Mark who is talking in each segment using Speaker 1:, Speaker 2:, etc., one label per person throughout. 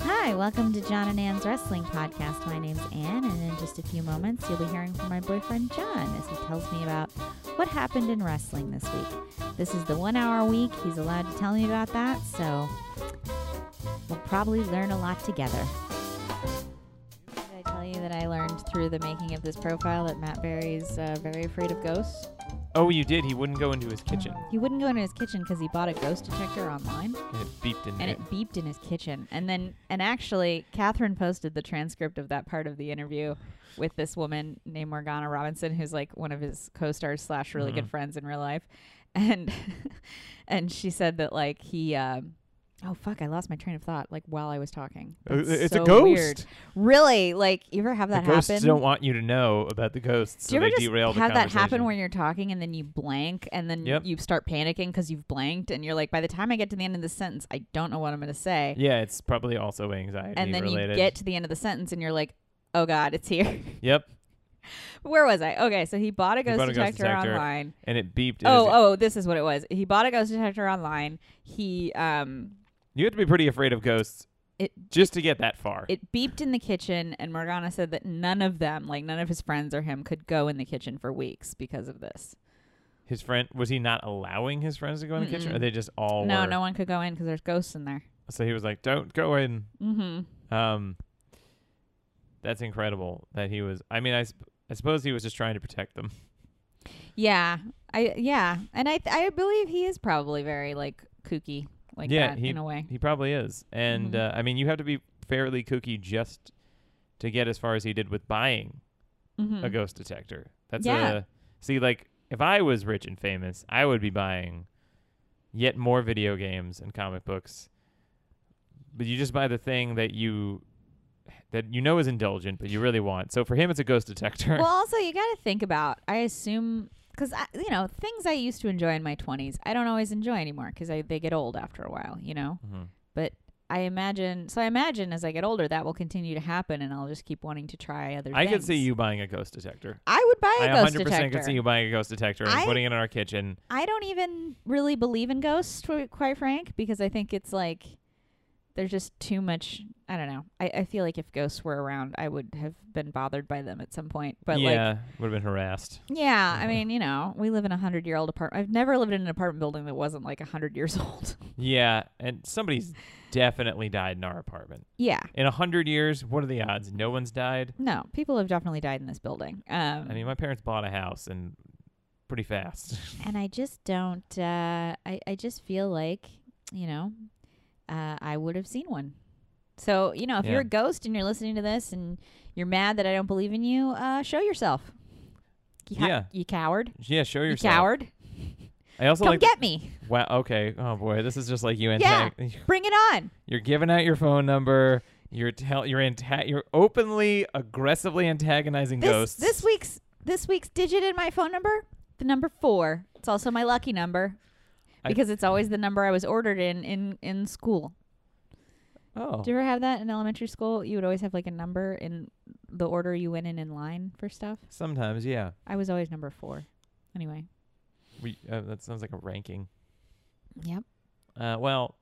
Speaker 1: Hi, welcome to John and Ann's Wrestling Podcast. My name's Ann, and in just a few moments, you'll be hearing from my boyfriend John as he tells me about what happened in wrestling this week. This is the one hour week. He's allowed to tell me about that, so we'll probably learn a lot together.
Speaker 2: Did I tell you that I learned through the making of this profile that Matt Berry's uh, very afraid of ghosts?
Speaker 3: Oh, you did. He wouldn't go into his kitchen.
Speaker 2: He wouldn't go into his kitchen because he bought a ghost detector online.
Speaker 3: And it beeped in
Speaker 2: and
Speaker 3: there.
Speaker 2: it beeped in his kitchen. And then, and actually, Catherine posted the transcript of that part of the interview with this woman named Morgana Robinson, who's like one of his co-stars slash really good
Speaker 3: Mhm.
Speaker 2: friends in real life. And and she said that like he, um, oh fuck, I lost my train of thought like while I was talking.
Speaker 3: Oh,
Speaker 2: That's
Speaker 3: it's
Speaker 2: so
Speaker 3: a ghost.
Speaker 2: Weird. Really, like you ever have
Speaker 3: The
Speaker 2: that
Speaker 3: ghosts
Speaker 2: happen?
Speaker 3: don't want you to know about the ghosts,
Speaker 2: Do
Speaker 3: so
Speaker 2: you
Speaker 3: they
Speaker 2: ever just
Speaker 3: derail the
Speaker 2: have that happen
Speaker 3: conversation.
Speaker 2: where you're talking and then you blank and then
Speaker 3: Yep.
Speaker 2: you start panicking because you've blanked and you're like, by the time I get to the end of the sentence, I don't know what I'm going to say.
Speaker 3: Yeah, it's probably also anxiety
Speaker 2: and then
Speaker 3: related.
Speaker 2: you get to the end of the sentence and you're like, oh God, it's here.
Speaker 3: yep,
Speaker 2: Where was I? Okay, so he bought a ghost,
Speaker 3: bought a ghost
Speaker 2: detector,
Speaker 3: detector.
Speaker 2: online.
Speaker 3: and it beeped. and it
Speaker 2: Oh,
Speaker 3: was-
Speaker 2: oh, this is what it was. He bought a ghost detector online. He um
Speaker 3: You have to be pretty afraid of ghosts
Speaker 2: It-
Speaker 3: just to get that far.
Speaker 2: it beeped in the kitchen and Morgana said that none of them, like none of his friends or him, could go in the kitchen for weeks because of this.
Speaker 3: his friend was he not allowing his friends to go in the kitchen,
Speaker 2: Mm-mm.
Speaker 3: or they just all
Speaker 2: no,
Speaker 3: were?
Speaker 2: no one could go in because there's ghosts in there.
Speaker 3: So he was like, "Don't go in."
Speaker 2: Mm-hmm.
Speaker 3: Um, that's incredible that he was. I mean, I, sp- I suppose he was just trying to protect them.
Speaker 2: Yeah, I yeah, and I th- I believe he is probably very like kooky like
Speaker 3: Yeah,
Speaker 2: that
Speaker 3: he-
Speaker 2: in a way.
Speaker 3: He probably is, and
Speaker 2: Mhm.
Speaker 3: uh, I mean, you have to be fairly kooky just to get as far as he did with buying
Speaker 2: Mm-hmm.
Speaker 3: a ghost detector. That's
Speaker 2: Yeah.
Speaker 3: a see like if I was rich and famous, I would be buying yet more video games and comic books. But you just buy the thing that you that you know is indulgent, but you really want. So for him, it's a ghost detector.
Speaker 2: Well, also you got to think about. I assume because you know things I used to enjoy in my twenties, I don't always enjoy anymore because they get old after a while. You know,
Speaker 3: Mhm.
Speaker 2: I imagine. So I imagine as I get older, that will continue to happen, and I'll just keep wanting to try other.
Speaker 3: I
Speaker 2: things.
Speaker 3: could see you buying a ghost detector.
Speaker 2: I would buy
Speaker 3: I
Speaker 2: a ghost
Speaker 3: 100%
Speaker 2: detector.
Speaker 3: could see you buying a ghost detector and
Speaker 2: I-
Speaker 3: putting it in our kitchen.
Speaker 2: I don't even really believe in ghosts, to be quite frank, because I think it's like there's just too much. I don't know. I, I feel like if ghosts were around, I would have been bothered by them at some point. But like,
Speaker 3: yeah, would have been harassed.
Speaker 2: Yeah, I mean, you know, we live in a hundred year old apartment. I've never lived in an apartment building that wasn't like a hundred years old.
Speaker 3: Yeah, and somebody's definitely died in our apartment.
Speaker 2: yeah,
Speaker 3: In a hundred years, what are the odds? No one's died.
Speaker 2: no, people have definitely died in this building. Um,
Speaker 3: I mean, my parents bought a house and pretty fast.
Speaker 1: And I just don't, uh, I, I just feel like,
Speaker 2: you know, uh, I would have seen one. So you know, if you're
Speaker 3: Yeah.
Speaker 2: a ghost and you're listening to this and you're mad that I don't believe in you, uh, show yourself. You ca-
Speaker 3: Yeah.
Speaker 2: you coward.
Speaker 3: yeah, show
Speaker 2: You
Speaker 3: yourself.
Speaker 2: coward.
Speaker 3: I also
Speaker 2: Come
Speaker 3: like.
Speaker 2: get me.
Speaker 3: wow. Okay. Oh boy, this is just like you.
Speaker 2: Yeah.
Speaker 3: Antag-
Speaker 2: Bring it on.
Speaker 3: You're giving out your phone number. You're tell. You're anta- You're openly, aggressively antagonizing
Speaker 2: This
Speaker 3: ghosts.
Speaker 2: this week's this week's digit in my phone number, the number four. It's also my lucky number.
Speaker 3: I-
Speaker 2: Because it's always the number I was ordered in in in school.
Speaker 3: Oh.
Speaker 2: Do you ever have that in elementary school? You would always have like a number in the order you went in in line for stuff.
Speaker 3: Sometimes, yeah.
Speaker 2: I was always number four. Anyway.
Speaker 3: We. Uh, that sounds like a ranking.
Speaker 2: Yep.
Speaker 3: Uh. Well.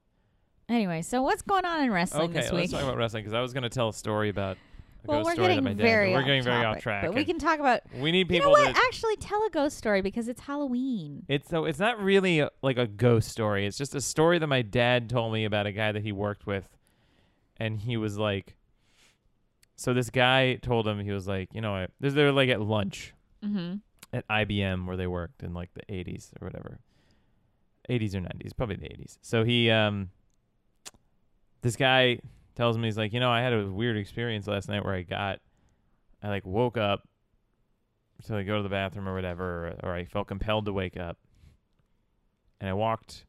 Speaker 2: Anyway, so what's going on in wrestling
Speaker 3: okay.
Speaker 2: this
Speaker 3: Let's
Speaker 2: week?
Speaker 3: talk about wrestling because I was going to tell a story about. A
Speaker 2: well,
Speaker 3: ghost
Speaker 2: we're
Speaker 3: story
Speaker 2: getting
Speaker 3: that my dad did.
Speaker 2: very
Speaker 3: We're
Speaker 2: off
Speaker 3: getting very
Speaker 2: topic,
Speaker 3: off track.
Speaker 2: but we
Speaker 3: and
Speaker 2: can talk about.
Speaker 3: we need
Speaker 2: You
Speaker 3: people
Speaker 2: know what?
Speaker 3: to.
Speaker 2: Actually, tell a ghost story because it's Halloween.
Speaker 3: It's so it's not really uh, like a ghost story. It's just a story that my dad told me about a guy that he worked with, and he was like, so this guy told him he was like, you know, I, they're- they're like at lunch
Speaker 2: Mm-hmm.
Speaker 3: at IBM where they worked in like the 80s or whatever, 80s or 90s, probably the 80s. So he, um, this guy tells me he's like, you know, I had a weird experience last night where I got, I like woke up to like go to the bathroom or whatever, or, or I felt compelled to wake up, and I walked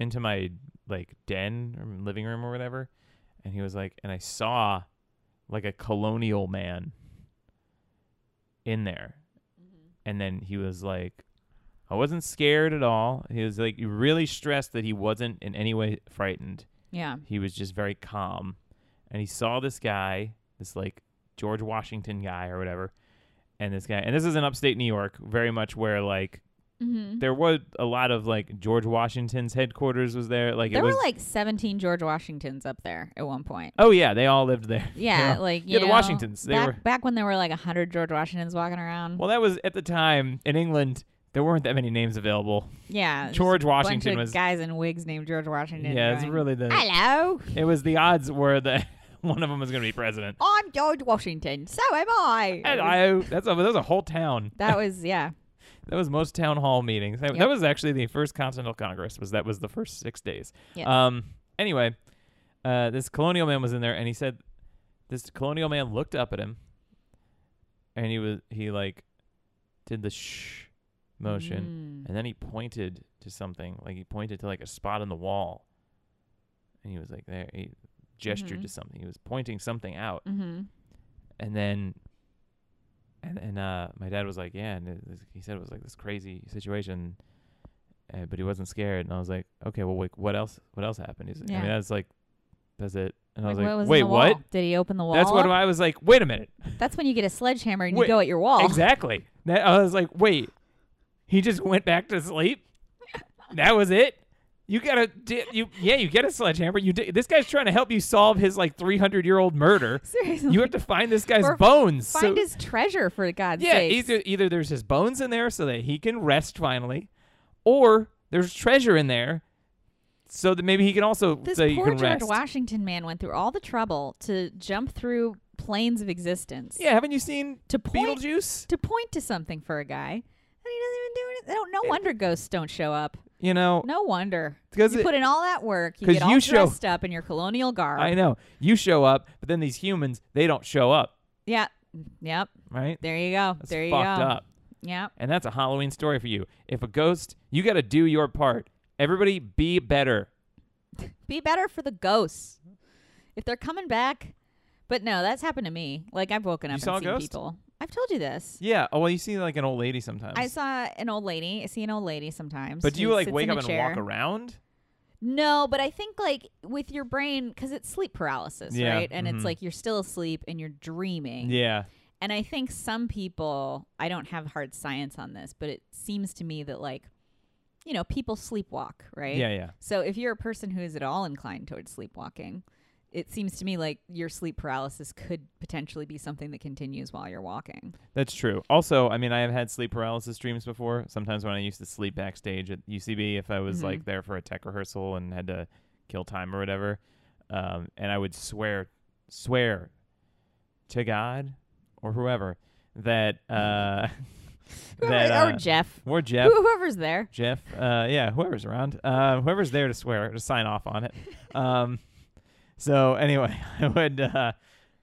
Speaker 3: into my like den or living room or whatever, and he was like, and I saw like a colonial man in there and then he was like i wasn't scared at all he was like really stressed that he wasn't in any way frightened
Speaker 2: Yeah.
Speaker 3: he was just very calm and he saw this guy this like george washington guy or whatever and this guy and this is in upstate new york very much where like
Speaker 2: Mm-hmm.
Speaker 3: There was a lot of like George Washington's headquarters was there. Like
Speaker 2: There
Speaker 3: it was.
Speaker 2: were like 17 George Washingtons up there at one point.
Speaker 3: oh yeah, they all lived there.
Speaker 2: Yeah,
Speaker 3: Yeah.
Speaker 2: like you
Speaker 3: Yeah, the
Speaker 2: know,
Speaker 3: Washingtons, they
Speaker 2: back,
Speaker 3: were-
Speaker 2: back when there were like 100 George Washingtons walking around.
Speaker 3: Well, that was at the time in England. There weren't that many names available.
Speaker 2: yeah, just
Speaker 3: George
Speaker 2: a bunch
Speaker 3: Washington
Speaker 2: of
Speaker 3: was.
Speaker 2: guys in wigs named George Washington.
Speaker 3: Yeah, it's
Speaker 2: going,
Speaker 3: really the.
Speaker 2: Hello,
Speaker 3: It was the odds were that one of them was going to be president.
Speaker 2: I'm George Washington. So am I.
Speaker 3: And I, that's a, that was a whole town.
Speaker 2: that was yeah.
Speaker 3: That was most town hall meetings. That, that
Speaker 2: Yep.
Speaker 3: was actually the first Continental Congress. Was that was the first six days.
Speaker 2: Yes.
Speaker 3: Um. Anyway, uh, this colonial man was in there, and he said, this colonial man looked up at him, and he was he like, did the shh motion,
Speaker 2: Mm.
Speaker 3: and then he pointed to something. Like he pointed to like a spot on the wall, and he was like there. He gestured
Speaker 2: Mhm.
Speaker 3: to something. He was pointing something out
Speaker 2: Mm-hmm.
Speaker 3: and then and and uh my dad was like yeah and it, it- he said it was like this crazy situation uh, but he wasn't scared and i was like okay well like what else what else happened he's i
Speaker 2: Yeah.
Speaker 3: mean that's like that's it and i was
Speaker 2: Like,
Speaker 3: like
Speaker 2: what was in
Speaker 3: wait
Speaker 2: the
Speaker 3: what
Speaker 2: wall? Did he open the wall?
Speaker 3: that's what
Speaker 2: up?
Speaker 3: i was like wait a minute
Speaker 2: That's when you get a sledgehammer and
Speaker 3: Wait,
Speaker 2: you go at your wall.
Speaker 3: exactly that, i was like wait he just went back to sleep that was it you gotta di- you yeah you get a sledgehammer you di- this guy's trying to help you solve his like 300 year old murder
Speaker 2: Seriously.
Speaker 3: you have to find this guy's
Speaker 2: Or
Speaker 3: bones
Speaker 2: find
Speaker 3: so-
Speaker 2: his treasure for God's
Speaker 3: Yeah,
Speaker 2: sake.
Speaker 3: either either there's his bones in there so that he can rest finally, or there's treasure in there so that maybe he can also
Speaker 2: This
Speaker 3: so you
Speaker 2: poor
Speaker 3: can
Speaker 2: George
Speaker 3: rest.
Speaker 2: Washington man went through all the trouble to jump through planes of existence.
Speaker 3: yeah, haven't you seen
Speaker 2: To point
Speaker 3: Beetlejuice?
Speaker 2: to point to something for a guy. And he doesn't even do anything. No, no wonder ghosts don't show up.
Speaker 3: You know,
Speaker 2: No wonder.
Speaker 3: 'Cause
Speaker 2: you
Speaker 3: it-
Speaker 2: put in all that work, you
Speaker 3: 'cause
Speaker 2: get all
Speaker 3: you show-
Speaker 2: dressed up in your colonial garb.
Speaker 3: I know you show up, but then these humans they don't show up,
Speaker 2: Yeah. Yep.
Speaker 3: right?
Speaker 2: There you go.
Speaker 3: That's
Speaker 2: there you
Speaker 3: fucked
Speaker 2: go.
Speaker 3: up,
Speaker 2: Yep.
Speaker 3: and that's a Halloween story for you. If a ghost, you got to do your part. Everybody, be better.
Speaker 2: Be better for the ghosts. If they're coming back. But no, that's happened to me. Like I've woken
Speaker 3: You
Speaker 2: up
Speaker 3: saw a
Speaker 2: and seen
Speaker 3: ghost?
Speaker 2: people. I've told you this.
Speaker 3: Yeah. Oh well, you see like an old lady sometimes.
Speaker 2: I saw an old lady. I see an old lady sometimes.
Speaker 3: but do
Speaker 2: who
Speaker 3: you like
Speaker 2: sits
Speaker 3: wake
Speaker 2: in
Speaker 3: up
Speaker 2: a
Speaker 3: and
Speaker 2: chair.
Speaker 3: walk around?
Speaker 2: No, but I think like with your brain, because it's sleep paralysis,
Speaker 3: Yeah,
Speaker 2: right? And
Speaker 3: mhm.
Speaker 2: it's like you're still asleep and you're dreaming.
Speaker 3: Yeah.
Speaker 2: And I think some people, I don't have hard science on this, but it seems to me that like, you know, people sleepwalk, right?
Speaker 3: Yeah. Yeah.
Speaker 2: So if you're a person who is at all inclined towards sleepwalking, it seems to me like your sleep paralysis could potentially be something that continues while you're walking.
Speaker 3: That's true. Also, I mean, I have had sleep paralysis dreams before. Sometimes when I used to sleep backstage at UCB, if I was
Speaker 2: Mhm.
Speaker 3: like there for a tech rehearsal and had to kill time or whatever, um, and I would swear, swear to God or whoever that uh, that
Speaker 2: Whoever-
Speaker 3: uh,
Speaker 2: or Jeff,
Speaker 3: or Jeff,
Speaker 2: whoever's there.
Speaker 3: Jeff, uh, yeah, whoever's around, uh, whoever's there to swear to sign off on it. Um, so anyway, I would uh,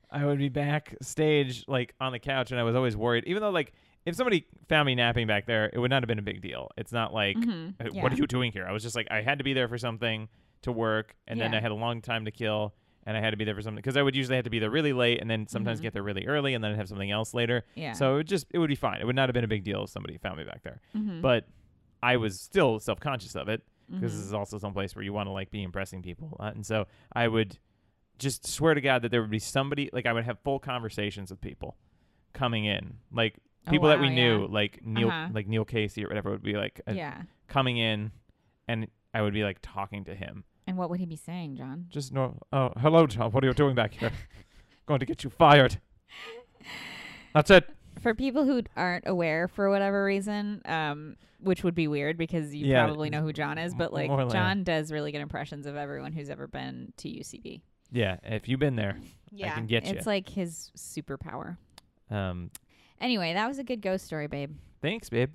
Speaker 3: I would be backstage like on the couch, and I was always worried, even though like if somebody found me napping back there, it would not have been a big deal. It's not like
Speaker 2: Mhm,
Speaker 3: "Uh,
Speaker 2: yeah.
Speaker 3: what are you doing here? I was just like I had to be there for something to work, and then
Speaker 2: Yeah.
Speaker 3: I had a long time to kill. And I had to be there for something because I would usually have to be there really late, and then sometimes
Speaker 2: Mhm.
Speaker 3: get there really early, and then I'd have something else later.
Speaker 2: Yeah.
Speaker 3: So it would just it would be fine. It would not have been a big deal if somebody found me back there
Speaker 2: Mhm,
Speaker 3: but I was still self conscious of it because
Speaker 2: mhm.
Speaker 3: this is also someplace where you want to like be impressing people, uh, and so I would just swear to God that there would be somebody like I would have full conversations with people coming in, like
Speaker 2: Oh,
Speaker 3: people that we
Speaker 2: wow,
Speaker 3: knew,
Speaker 2: yeah.
Speaker 3: like Neil,
Speaker 2: Uh-huh.
Speaker 3: like Neil Casey or whatever would be like uh,
Speaker 2: yeah.
Speaker 3: coming in, and I would be like talking to him,
Speaker 2: And what would he be saying, John?
Speaker 3: just no, oh hello Tom, what are you doing back here? Going to get you fired. That's it.
Speaker 2: For people who aren't aware for whatever reason, um, which would be weird because you
Speaker 3: Yeah,
Speaker 2: probably know who John is, but like
Speaker 3: more like-
Speaker 2: John does really good impressions of everyone who's ever been to UCB.
Speaker 3: Yeah, if you've been there, Yeah. can get
Speaker 2: it's
Speaker 3: ya.
Speaker 2: like his superpower.
Speaker 3: um,
Speaker 2: Anyway, that was a good ghost story, babe.
Speaker 3: thanks, babe.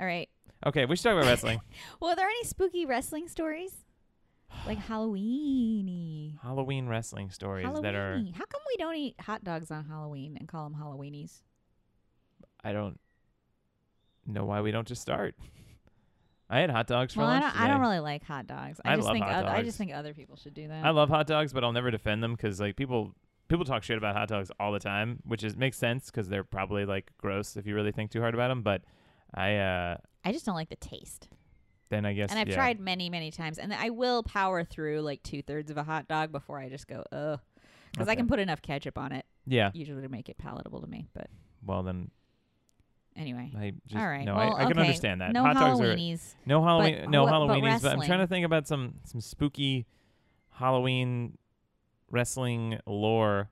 Speaker 2: All right.
Speaker 3: Okay, we should talk about wrestling.
Speaker 2: Well, are there any spooky wrestling stories? Like Halloweeny.
Speaker 3: Halloween wrestling stories that are
Speaker 2: Halloweeny. How come we don't eat hot dogs on Halloween and call them Halloweenies?
Speaker 3: I don't know why we don't just start. I had hot dogs for
Speaker 2: Well, I
Speaker 3: lunch.
Speaker 2: don't, I don't
Speaker 3: today.
Speaker 2: really like hot dogs. I,
Speaker 3: I
Speaker 2: just
Speaker 3: love
Speaker 2: think
Speaker 3: hot
Speaker 2: oth- I
Speaker 3: dogs.
Speaker 2: just think other people should do that.
Speaker 3: I love hot dogs, but I'll never defend them because like people people talk shit about hot dogs all the time, which is makes sense because they're probably like gross if you really think too hard about them. But I uh
Speaker 2: I just don't like the taste.
Speaker 3: then I guess
Speaker 2: and I've
Speaker 3: yeah.
Speaker 2: tried many, many times, and I will power through like two thirds of a hot dog before I just go ugh, because I
Speaker 3: Okay.
Speaker 2: can put enough ketchup on it
Speaker 3: Yeah.
Speaker 2: usually to make it palatable to me. But
Speaker 3: Well then,
Speaker 2: Anyway.
Speaker 3: I just,
Speaker 2: All right.
Speaker 3: No,
Speaker 2: well,
Speaker 3: I, I can
Speaker 2: okay.
Speaker 3: understand that.
Speaker 2: No
Speaker 3: Hot dogs are
Speaker 2: Halloweenies.
Speaker 3: no Halloween,
Speaker 2: but
Speaker 3: no
Speaker 2: what- but
Speaker 3: Halloweenies. But, I'm trying to
Speaker 2: wrestling.
Speaker 3: think about some some spooky Halloween wrestling lore.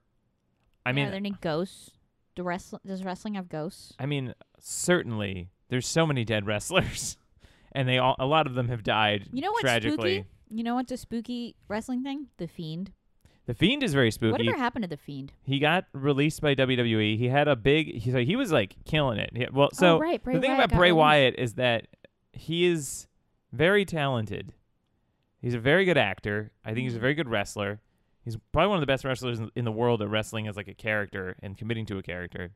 Speaker 3: I mean, uh,
Speaker 1: are there any ghosts? Do wrestling does wrestling have ghosts?
Speaker 3: I mean, certainly there's so many dead wrestlers, and they all a lot of them have died.
Speaker 1: You know what's
Speaker 3: tragically.
Speaker 1: spooky? You know what's a spooky wrestling thing? The Fiend.
Speaker 3: The Fiend is very spooky.
Speaker 1: Whatever happened to the Fiend?
Speaker 3: He got released by WWE. He had a big. He, so he was like killing it. He- well, so
Speaker 1: oh, right, Bray
Speaker 3: the thing
Speaker 1: Wyatt
Speaker 3: about
Speaker 1: got
Speaker 3: Bray
Speaker 1: released.
Speaker 3: Wyatt is that he is very talented. He's a very good actor. I think he's a
Speaker 1: Mm-hmm.
Speaker 3: very good wrestler. He's probably one of the best wrestlers in, in the world at wrestling as like a character and committing to a character.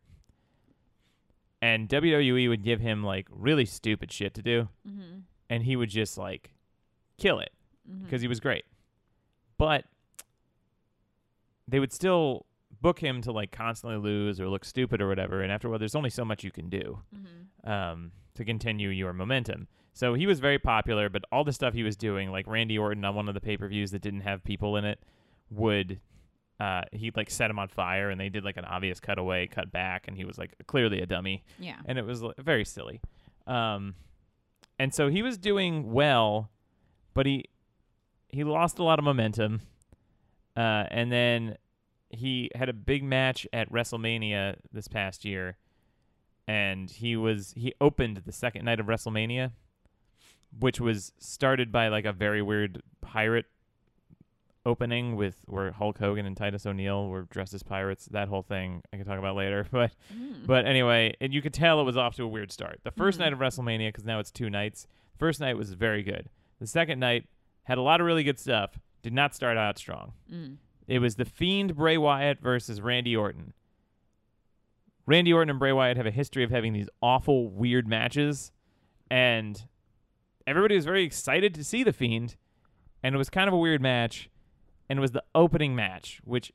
Speaker 3: And WWE would give him like really stupid shit to do,
Speaker 2: Mm-hmm.
Speaker 1: Mhm,
Speaker 3: and he would just like kill it
Speaker 2: Mm-hmm.
Speaker 1: mhm.
Speaker 3: because he was great. But they would still book him to like constantly lose or look stupid or whatever. And after a while, there's only so much you can do
Speaker 2: Mm-hmm.
Speaker 1: Mhm.
Speaker 3: um, to continue your momentum. So he was very popular, but all the stuff he was doing, like Randy Orton on one of the pay per views that didn't have people in it, would uh, he like set him on fire and they did like an obvious cutaway, cut back, and he was like clearly a dummy
Speaker 2: Yeah.
Speaker 3: and it was like, very silly. Um, and so he was doing well, but he he lost a lot of momentum, uh, and then he had a big match at WrestleMania this past year, and he was he opened the second night of WrestleMania, which was started by like a very weird pirate opening with where Hulk Hogan and Titus O'Neil were dressed as pirates. That whole thing I can talk about later, but
Speaker 2: Mm.
Speaker 3: but anyway, and you could tell it was off to a weird start. The 1st
Speaker 2: Mhm.
Speaker 3: night of WrestleMania, because now it's two nights. First night was very good. The second night had a lot of really good stuff. Did not start out strong.
Speaker 2: Mm.
Speaker 3: It was the Fiend Bray Wyatt versus Randy Orton. Randy Orton and Bray Wyatt have a history of having these awful, weird matches, and everybody was very excited to see the Fiend, and it was kind of a weird match, and it was the opening match, which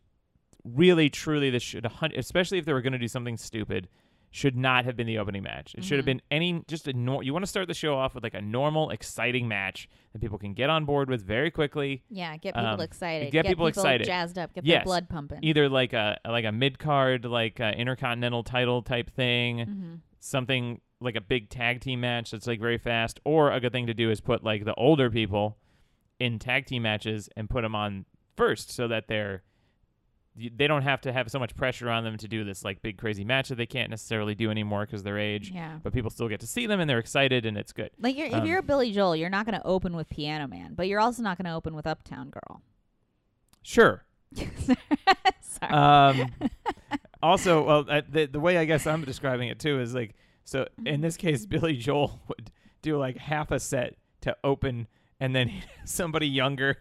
Speaker 3: really, truly, this should, a hun- especially if they were going to do something stupid, should not have been the opening match. It should have
Speaker 2: Mhm.
Speaker 3: been any just a nor- you want to start the show off with like a normal, exciting match that people can get on board with very quickly.
Speaker 1: Yeah, get people
Speaker 3: Um,
Speaker 1: excited.
Speaker 3: get people excited.
Speaker 1: jazzed up. Get
Speaker 3: Yes.
Speaker 1: their blood pumping.
Speaker 3: either like a like a mid card like uh intercontinental title type thing,
Speaker 2: Mm-hmm.
Speaker 1: hmm
Speaker 3: something like a big tag team match that's like very fast, or a good thing to do is put like the older people in tag team matches and put them on first so that they're y- they don't have to have so much pressure on them to do this like big crazy match that they can't necessarily do anymore because their age.
Speaker 2: Yeah.
Speaker 3: But people still get to see them and they're excited and it's good.
Speaker 2: Like you're,
Speaker 3: Um,
Speaker 2: if you're a Billy Joel, you're not going to open with Piano Man, but you're also not going to open with Uptown Girl.
Speaker 3: Sure.
Speaker 2: Sorry.
Speaker 3: um, also, well, I, the, the way I guess I'm describing it too is like so. In this case,
Speaker 2: Mm-hmm.
Speaker 3: Billy Joel would do like half a set to open, and then he'd have somebody younger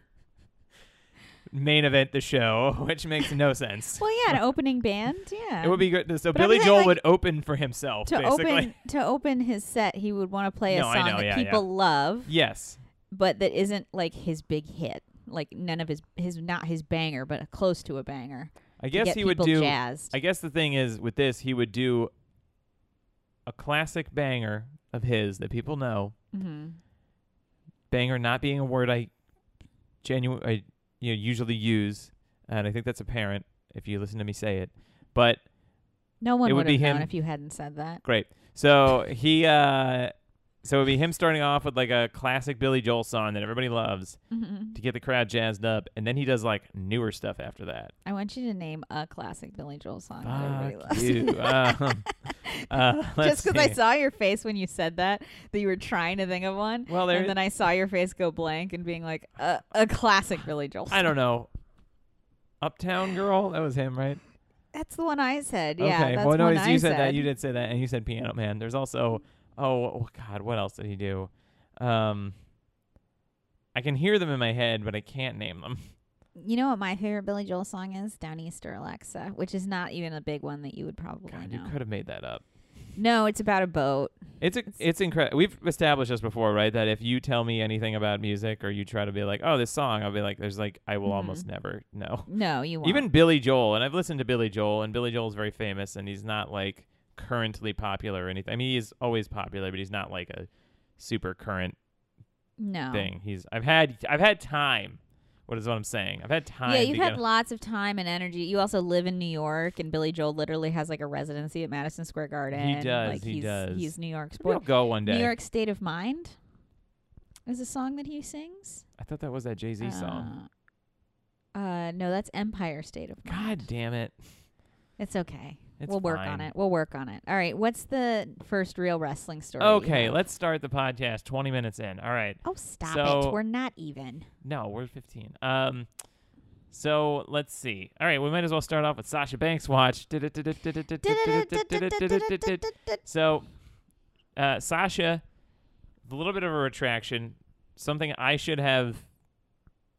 Speaker 3: main event the show, which makes no sense.
Speaker 2: well, yeah, an opening band. Yeah.
Speaker 3: it would be good. So
Speaker 2: But I'm
Speaker 3: Billy
Speaker 2: saying,
Speaker 3: Joel
Speaker 2: like,
Speaker 3: would open for himself,
Speaker 2: to
Speaker 3: basically.
Speaker 2: open to open his set. He would want to play a
Speaker 3: No, I
Speaker 2: song
Speaker 3: know,
Speaker 2: that
Speaker 3: yeah,
Speaker 2: people love,
Speaker 3: yes,
Speaker 2: but that isn't like his big hit. Like none of his his not his banger, but close to a banger.
Speaker 3: I
Speaker 2: to
Speaker 3: guess
Speaker 2: get
Speaker 3: he would
Speaker 2: people
Speaker 3: do.
Speaker 2: jazzed.
Speaker 3: I guess the thing is with this, he would do a classic banger of his that people know.
Speaker 2: mm-hmm.
Speaker 3: banger not being a word I genuine I you know, usually use, and I think that's apparent if you listen to me say it. But
Speaker 2: No one
Speaker 3: It would
Speaker 2: would have
Speaker 3: be
Speaker 2: known
Speaker 3: him-
Speaker 2: if you hadn't said that.
Speaker 3: great. So he uh so it'd be him starting off with like a classic Billy Joel song that everybody loves
Speaker 2: Mhm.
Speaker 3: to get the crowd jazzed up, and then he does like newer stuff after that.
Speaker 2: I want you to name a classic Billy Joel song that everybody
Speaker 3: Fuck
Speaker 2: loves.
Speaker 3: you. um, uh, let's
Speaker 2: Just because I
Speaker 3: see.
Speaker 2: saw your face when you said that, that you were trying to think of one,
Speaker 3: well, there,
Speaker 2: and then I saw your face go blank and being like, a, a classic Billy Joel. Song.
Speaker 3: I don't know. Uptown Girl, that was him, right?
Speaker 2: That's the one I said. Yeah,
Speaker 3: okay.
Speaker 2: that's
Speaker 3: well, no,
Speaker 2: one
Speaker 3: you
Speaker 2: I
Speaker 3: said, that. You did say that, and you said Piano Man. There's also oh, oh God, what else did he do? Um, I can hear them in my head, but I can't name them.
Speaker 2: You know what my favorite Billy Joel song is? Down Easter Alexa, which is not even a big one that you would probably
Speaker 3: God, you
Speaker 2: know.
Speaker 3: could have made that up.
Speaker 2: No, it's about a boat.
Speaker 3: It's a, it's incredible. We've established this before, right? That if you tell me anything about music, or you try to be like, oh, this song, I'll be like, there's like, I will
Speaker 2: Mhm.
Speaker 3: almost never know.
Speaker 2: No, you won't.
Speaker 3: Even Billy Joel, and I've listened to Billy Joel, and Billy Joel's very famous, and he's not like currently popular or anything. I mean, he is always popular, but he's not like a super current
Speaker 2: no.
Speaker 3: thing. He's I've had I've had time What is what I'm saying? I've had time.
Speaker 2: yeah,
Speaker 3: to
Speaker 2: you've
Speaker 3: get
Speaker 2: had lots of time and energy. You also live in New York, and Billy Joel literally has like a residency at Madison Square Garden.
Speaker 3: does,
Speaker 2: Like,
Speaker 3: he
Speaker 2: he's,
Speaker 3: does.
Speaker 2: He's New York's
Speaker 3: Maybe
Speaker 2: boy.
Speaker 3: I'll go one day.
Speaker 2: New York State of Mind is a song that he sings.
Speaker 3: I thought that was that Jay Z song.
Speaker 2: Uh, uh, no, that's Empire State of Mind.
Speaker 3: God damn it!
Speaker 2: It's okay.
Speaker 3: It's
Speaker 2: we'll work
Speaker 3: fine.
Speaker 2: on it. We'll work on it. All right. What's the first real wrestling story? you
Speaker 3: Okay,
Speaker 2: have?
Speaker 3: let's start the podcast. Twenty minutes in. All right.
Speaker 2: Oh, stop
Speaker 3: So-
Speaker 2: it. We're not even.
Speaker 3: No, we're fifteen. Um. So let's see. All right, we might as well start off with Sasha Banks watch. So, uh, Sasha, a little bit of a retraction, something I should have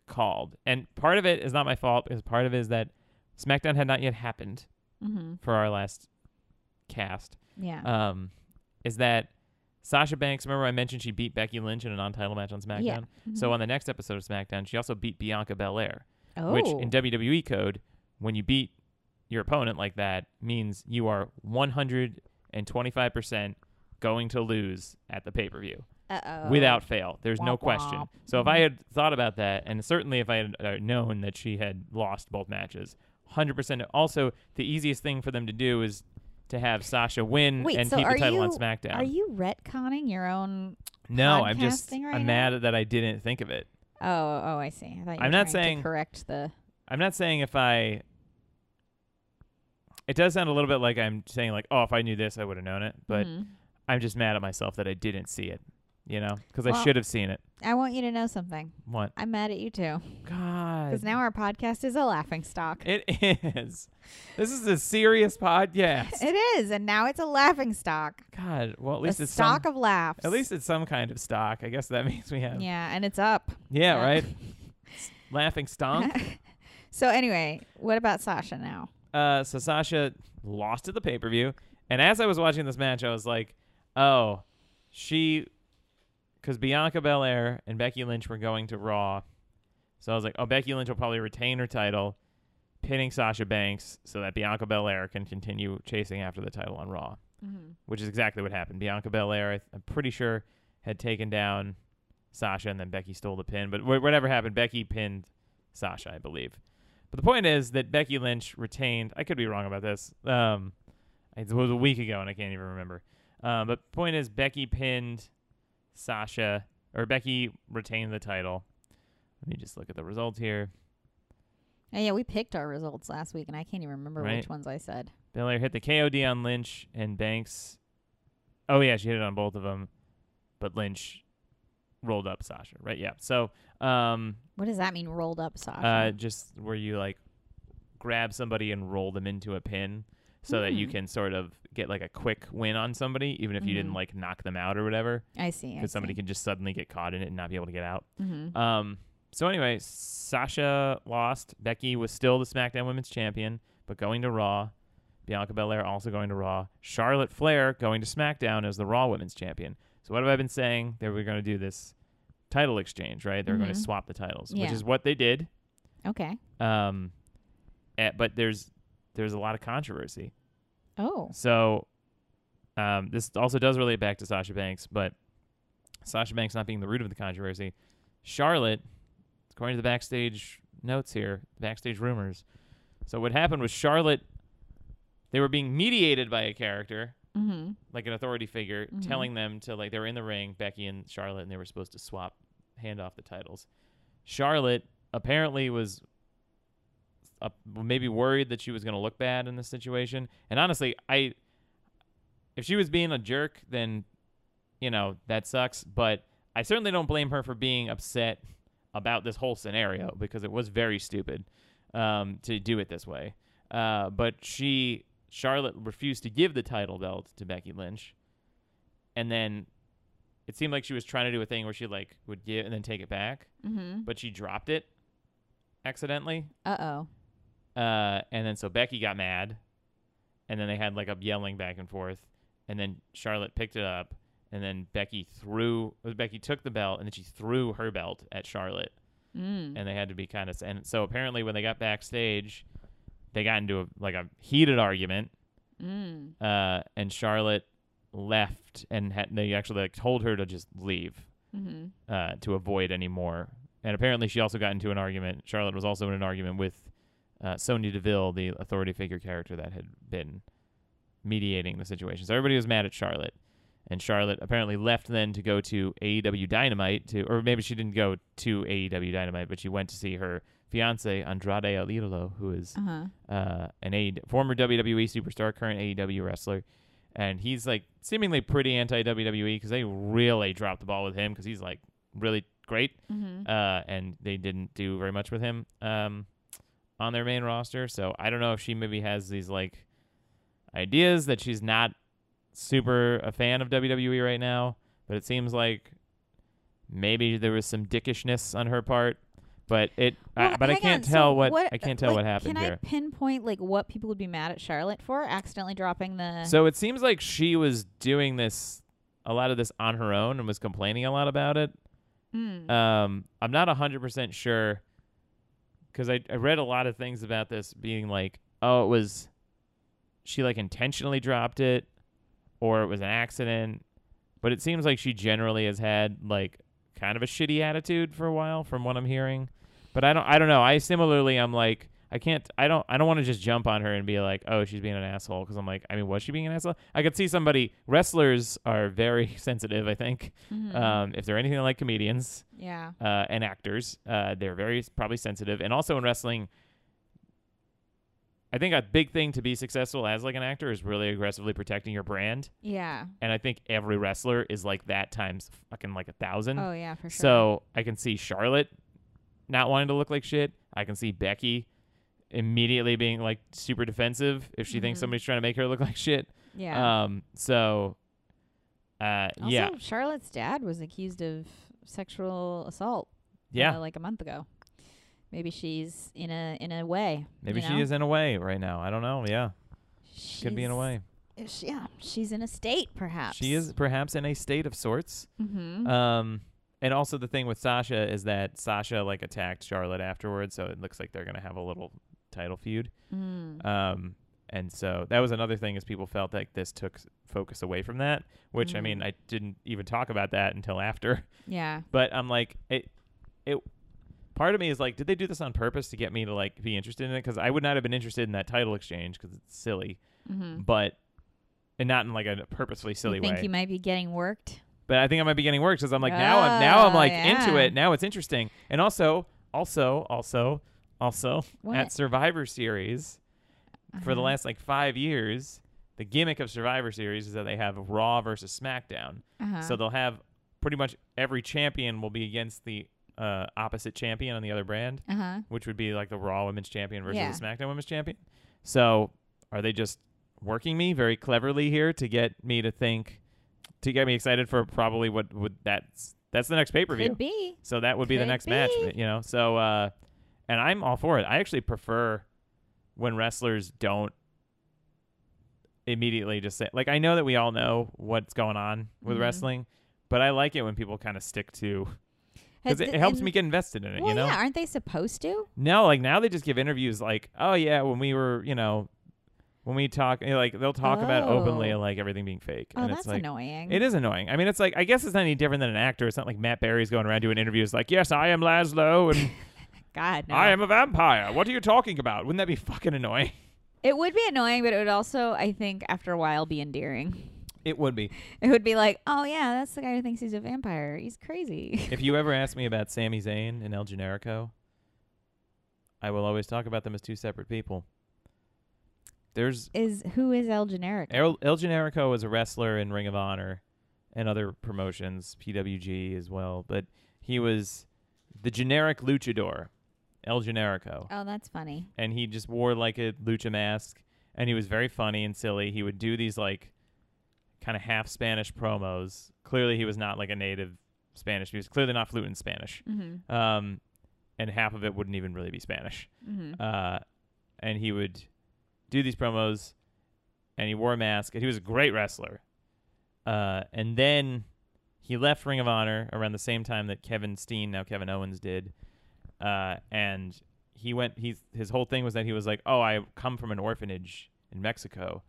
Speaker 3: called. And part of it is not my fault because part of it is that SmackDown had not yet happened
Speaker 2: Mm-hmm.
Speaker 3: for our last cast.
Speaker 2: Yeah.
Speaker 3: Um, is that Sasha Banks? Remember, I mentioned she beat Becky Lynch in a non title match on SmackDown?
Speaker 2: Yeah. Mm-hmm.
Speaker 3: So, on the next episode of SmackDown, she also beat Bianca Belair,
Speaker 2: oh.
Speaker 3: which in WWE code, when you beat your opponent like that, means you are 125% going to lose at the pay per view
Speaker 2: Uh-oh.
Speaker 3: without fail. There's no
Speaker 2: Oh. Womp
Speaker 3: question.
Speaker 2: womp. Mm-hmm.
Speaker 3: So if I had thought about that, and certainly if I had uh, known that she had lost both matches, hundred percent. Also, the easiest thing for them to do is to have Sasha win
Speaker 2: Wait,
Speaker 3: and
Speaker 2: so
Speaker 3: keep the
Speaker 2: are
Speaker 3: title on
Speaker 2: you-
Speaker 3: SmackDown.
Speaker 2: Are you retconning your own?
Speaker 3: no, I'm just
Speaker 2: podcasting right
Speaker 3: I'm
Speaker 2: now?
Speaker 3: mad that I didn't think of it.
Speaker 2: Oh, oh, I see. I thought you were
Speaker 3: I'm not
Speaker 2: trying to
Speaker 3: saying-
Speaker 2: correct the.
Speaker 3: I'm not saying if I. It does sound a little bit like I'm saying like, oh, if I knew this, I would have known it. But
Speaker 2: Mhm.
Speaker 3: I'm just mad at myself that I didn't see it. You know, because I
Speaker 2: Well-
Speaker 3: should have seen it.
Speaker 2: I want you to know something.
Speaker 3: What?
Speaker 2: I'm mad at you too,
Speaker 3: God.
Speaker 2: because now our podcast is a laughing stock.
Speaker 3: It is. This is a serious podcast.
Speaker 2: it is, and now it's a laughing stock.
Speaker 3: God, well at least
Speaker 2: a
Speaker 3: it's
Speaker 2: stock
Speaker 3: some,
Speaker 2: of laughs.
Speaker 3: at least it's some kind of stock. I guess that means we have. Yeah,
Speaker 2: Yeah, and it's up. yeah.
Speaker 3: right. S- Laughing stonk.
Speaker 2: So anyway, what about Sasha now?
Speaker 3: Uh, so Sasha lost at the pay per view, and as I was watching this match, I was like, "Oh, she," because Bianca Belair and Becky Lynch were going to Raw, so I was like, "Oh, Becky Lynch will probably retain her title, pinning Sasha Banks, so that Bianca Belair can continue chasing after the title on Raw."
Speaker 2: Mm-hmm.
Speaker 3: which is exactly what happened. Bianca Belair, I th- I'm pretty sure, had taken down Sasha, and then Becky stole the pin. But wh- whatever happened, Becky pinned Sasha, I believe. But the point is that Becky Lynch retained. I could be wrong about this. Um, it was a week ago, and I can't even remember. Um, but point is, Becky pinned Sasha, or Becky retained the title. Let me just look at the results here.
Speaker 2: Oh, yeah, we picked our results last week, and I can't even remember
Speaker 3: Right.
Speaker 2: which ones I said.
Speaker 3: Belair hit the KOD on Lynch and Banks. Oh yeah, she hit it on both of them, but Lynch rolled up Sasha. Right? Yeah. So, um,
Speaker 2: What does that mean? Rolled up Sasha.
Speaker 3: uh, just where you like grab somebody and roll them into a pin so that you
Speaker 2: Hmm.
Speaker 3: can sort of get like a quick win on somebody, even if you didn't
Speaker 2: Mhm.
Speaker 3: like knock them out or whatever,
Speaker 2: I see. I
Speaker 3: because somebody
Speaker 2: see.
Speaker 3: can just suddenly get caught in it and not be able to get out.
Speaker 2: Mhm.
Speaker 3: Um, so anyway, Sasha lost. Becky was still the SmackDown Women's Champion, but going to Raw. Bianca Belair also going to Raw. Charlotte Flair going to SmackDown as the Raw Women's Champion. So what have I been saying? They were going to do this title exchange, right? They're going
Speaker 2: Mhm.
Speaker 3: to swap the titles, which
Speaker 2: Yeah.
Speaker 3: is what they did.
Speaker 2: Okay.
Speaker 3: Um, eh, but there's there's a lot of controversy.
Speaker 2: Oh.
Speaker 3: So um, this also does relate back to Sasha Banks, but Sasha Banks not being the root of the controversy. Charlotte, according to the backstage notes here, backstage rumors. So what happened was Charlotte, they were being mediated by a character,
Speaker 2: Mm-hmm.
Speaker 3: like an authority figure,
Speaker 2: Mhm.
Speaker 3: telling them to like they were in the ring, Becky and Charlotte, and they were supposed to swap, hand off the titles. Charlotte apparently was uh, maybe worried that she was going to look bad in this situation. And honestly, I if she was being a jerk, then you know that sucks. But I certainly don't blame her for being upset about this whole scenario because it was very stupid um, to do it this way. Uh, but she Charlotte refused to give the title belt to Becky Lynch, and then it seemed like she was trying to do a thing where she like would give and then take it back,
Speaker 2: Mm-hmm.
Speaker 3: but she dropped it accidentally.
Speaker 2: Uh oh.
Speaker 3: Uh, and then so Becky got mad, and then they had like a yelling back and forth, and then Charlotte picked it up, and then Becky threw uh, Becky took the belt, and then she threw her belt at Charlotte,
Speaker 2: Mm.
Speaker 3: and they had to be kind of and so apparently when they got backstage, they got into a like a heated argument,
Speaker 2: Mm.
Speaker 3: uh, and Charlotte left and had, they actually like told her to just leave
Speaker 2: Mm-hmm.
Speaker 3: uh, to avoid any more and apparently she also got into an argument. Charlotte was also in an argument with uh, Sonya Deville, the authority figure character that had been mediating the situation. So everybody was mad at Charlotte, and Charlotte apparently left then to go to AEW Dynamite to, or maybe she didn't go to AEW Dynamite, but she went to see her fiance Andrade El Idolo, who is
Speaker 2: Uh huh.
Speaker 3: uh, an a former WWE superstar, current AEW wrestler, and he's like seemingly pretty anti WWE because they really dropped the ball with him because he's like really great,
Speaker 2: Mm-hmm.
Speaker 3: uh, and they didn't do very much with him um, on their main roster. So I don't know if she maybe has these like ideas that she's not super a fan of WWE right now, but it seems like maybe there was some dickishness on her part. But it, I,
Speaker 2: Well,
Speaker 3: but I
Speaker 2: hang
Speaker 3: can't
Speaker 2: on. So
Speaker 3: tell what, I can't tell
Speaker 2: like,
Speaker 3: what happened
Speaker 2: Can
Speaker 3: here.
Speaker 2: I pinpoint like what people would be mad at Charlotte for accidentally dropping the?
Speaker 3: So it seems like she was doing this a lot of this on her own and was complaining a lot about it.
Speaker 2: Mm.
Speaker 3: Um, I'm not 100% sure because I, I read a lot of things about this being like, oh, it was she like intentionally dropped it or it was an accident. But it seems like she generally has had like kind of a shitty attitude for a while from what I'm hearing. But I don't I don't know. I similarly I'm like I can't I don't I don't want to just jump on her and be like, "Oh, she's being an asshole" because I'm like, I mean, was she being an asshole? I could see somebody wrestlers are very sensitive, I think.
Speaker 2: Mhm.
Speaker 3: Um if they're anything like comedians,
Speaker 2: yeah.
Speaker 3: uh, and actors. Uh, they're very s- probably sensitive, and also in wrestling, I think a big thing to be successful as like an actor is really aggressively protecting your brand.
Speaker 2: Yeah.
Speaker 3: And I think every wrestler is like that times fucking like a thousand.
Speaker 2: Oh yeah, for sure.
Speaker 3: So I can see Charlotte not wanting to look like shit. I can see Becky immediately being like super defensive if she thinks
Speaker 2: Mhm.
Speaker 3: somebody's trying to make her look like shit.
Speaker 2: yeah.
Speaker 3: Um. So. Uh.
Speaker 2: also,
Speaker 3: yeah.
Speaker 2: Charlotte's dad was accused of sexual assault.
Speaker 3: Yeah.
Speaker 2: uh, like a month ago. Maybe she's in a in a way.
Speaker 3: Maybe
Speaker 2: you
Speaker 3: she
Speaker 2: know?
Speaker 3: is in a way right now. I don't know. Yeah.
Speaker 2: She's,
Speaker 3: Could be in a way.
Speaker 2: She, yeah, she's in a state, perhaps.
Speaker 3: She is perhaps in a state of sorts.
Speaker 2: Mm-hmm.
Speaker 3: Um, and also the thing with Sasha is that Sasha like attacked Charlotte afterwards, so it looks like they're gonna have a little title feud.
Speaker 2: mm.
Speaker 3: Um, and so that was another thing is people felt like this took s- focus away from that, which I
Speaker 2: Mm.
Speaker 3: mean I didn't even talk about that until after.
Speaker 2: yeah.
Speaker 3: But I'm like it, it. Part of me is like, did they do this on purpose to get me to like be interested in it? Because I would not have been interested in that title exchange because it's silly,
Speaker 2: Mm-hmm.
Speaker 3: but and not in like a purposefully silly
Speaker 2: you think
Speaker 3: way.
Speaker 2: you might be getting worked.
Speaker 3: but I think I might be getting worse because I'm like now I'm now I'm
Speaker 2: Oh,
Speaker 3: like into
Speaker 2: yeah.
Speaker 3: it. Now it's interesting, and also also also also at
Speaker 2: What?
Speaker 3: Survivor Series for
Speaker 2: Uh-huh.
Speaker 3: the last like five years, the gimmick of Survivor Series is that they have Raw versus SmackDown,
Speaker 2: Uh-huh.
Speaker 3: so they'll have pretty much every champion will be against the uh, opposite champion on the other brand,
Speaker 2: uh-huh.
Speaker 3: which would be like the Raw Women's Champion versus
Speaker 2: Yeah.
Speaker 3: the SmackDown Women's Champion. So are they just working me very cleverly here to get me to think, to get me excited for probably what would that's that's the next pay per view.
Speaker 2: Could be.
Speaker 3: So that would be the
Speaker 2: Could
Speaker 3: next match,
Speaker 2: be.
Speaker 3: you know. So uh, and I'm all for it. I actually prefer when wrestlers don't immediately just say like I know that we all know what's going on with
Speaker 2: Mhm.
Speaker 3: wrestling, but I like it when people kind of stick to
Speaker 2: Has
Speaker 3: because it,
Speaker 2: the-
Speaker 3: helps
Speaker 2: and-
Speaker 3: me get invested in it.
Speaker 2: Well,
Speaker 3: you know.
Speaker 2: yeah. Aren't they supposed to?
Speaker 3: No, like now they just give interviews like, oh yeah, when we were, you know, when we talk, you know, like they'll talk about openly
Speaker 2: Oh.
Speaker 3: like everything being fake,
Speaker 2: Oh,
Speaker 3: and
Speaker 2: that's
Speaker 3: it's like
Speaker 2: annoying.
Speaker 3: it is annoying. I mean, it's like I guess it's not any different than an actor. It's not like Matt Berry's going around doing interviews like, yes, I am Laszlo and
Speaker 2: God, no.
Speaker 3: I am a vampire. What are you talking about? Wouldn't that be fucking annoying?
Speaker 2: It would be annoying, but it would also, I think, after a while, be endearing.
Speaker 3: It would be.
Speaker 2: It would be like, oh yeah, that's the guy who thinks he's a vampire. He's crazy.
Speaker 3: If you ever ask me about Sami Zayn and El Generico, I will always talk about them as two separate people. There's
Speaker 2: is who is El Generic?
Speaker 3: El, El Generico was a wrestler in Ring of Honor and other promotions, PWG as well, but he was the generic luchador, El Generico.
Speaker 2: Oh, that's funny.
Speaker 3: And he just wore like a lucha mask and he was very funny and silly. He would do these like kind of half Spanish promos. Clearly he was not like a native Spanish. He was clearly not fluent in Spanish.
Speaker 2: Mm-hmm.
Speaker 3: Um and half of it wouldn't even really be Spanish
Speaker 2: Mm-hmm.
Speaker 3: uh, and he would do these promos, and he wore a mask, and he was a great wrestler. Uh, and then he left Ring of Honor around the same time that Kevin Steen, now Kevin Owens, did, uh, and he went. He's his whole thing was that he was like, "Oh, I come from an orphanage in Mexico,"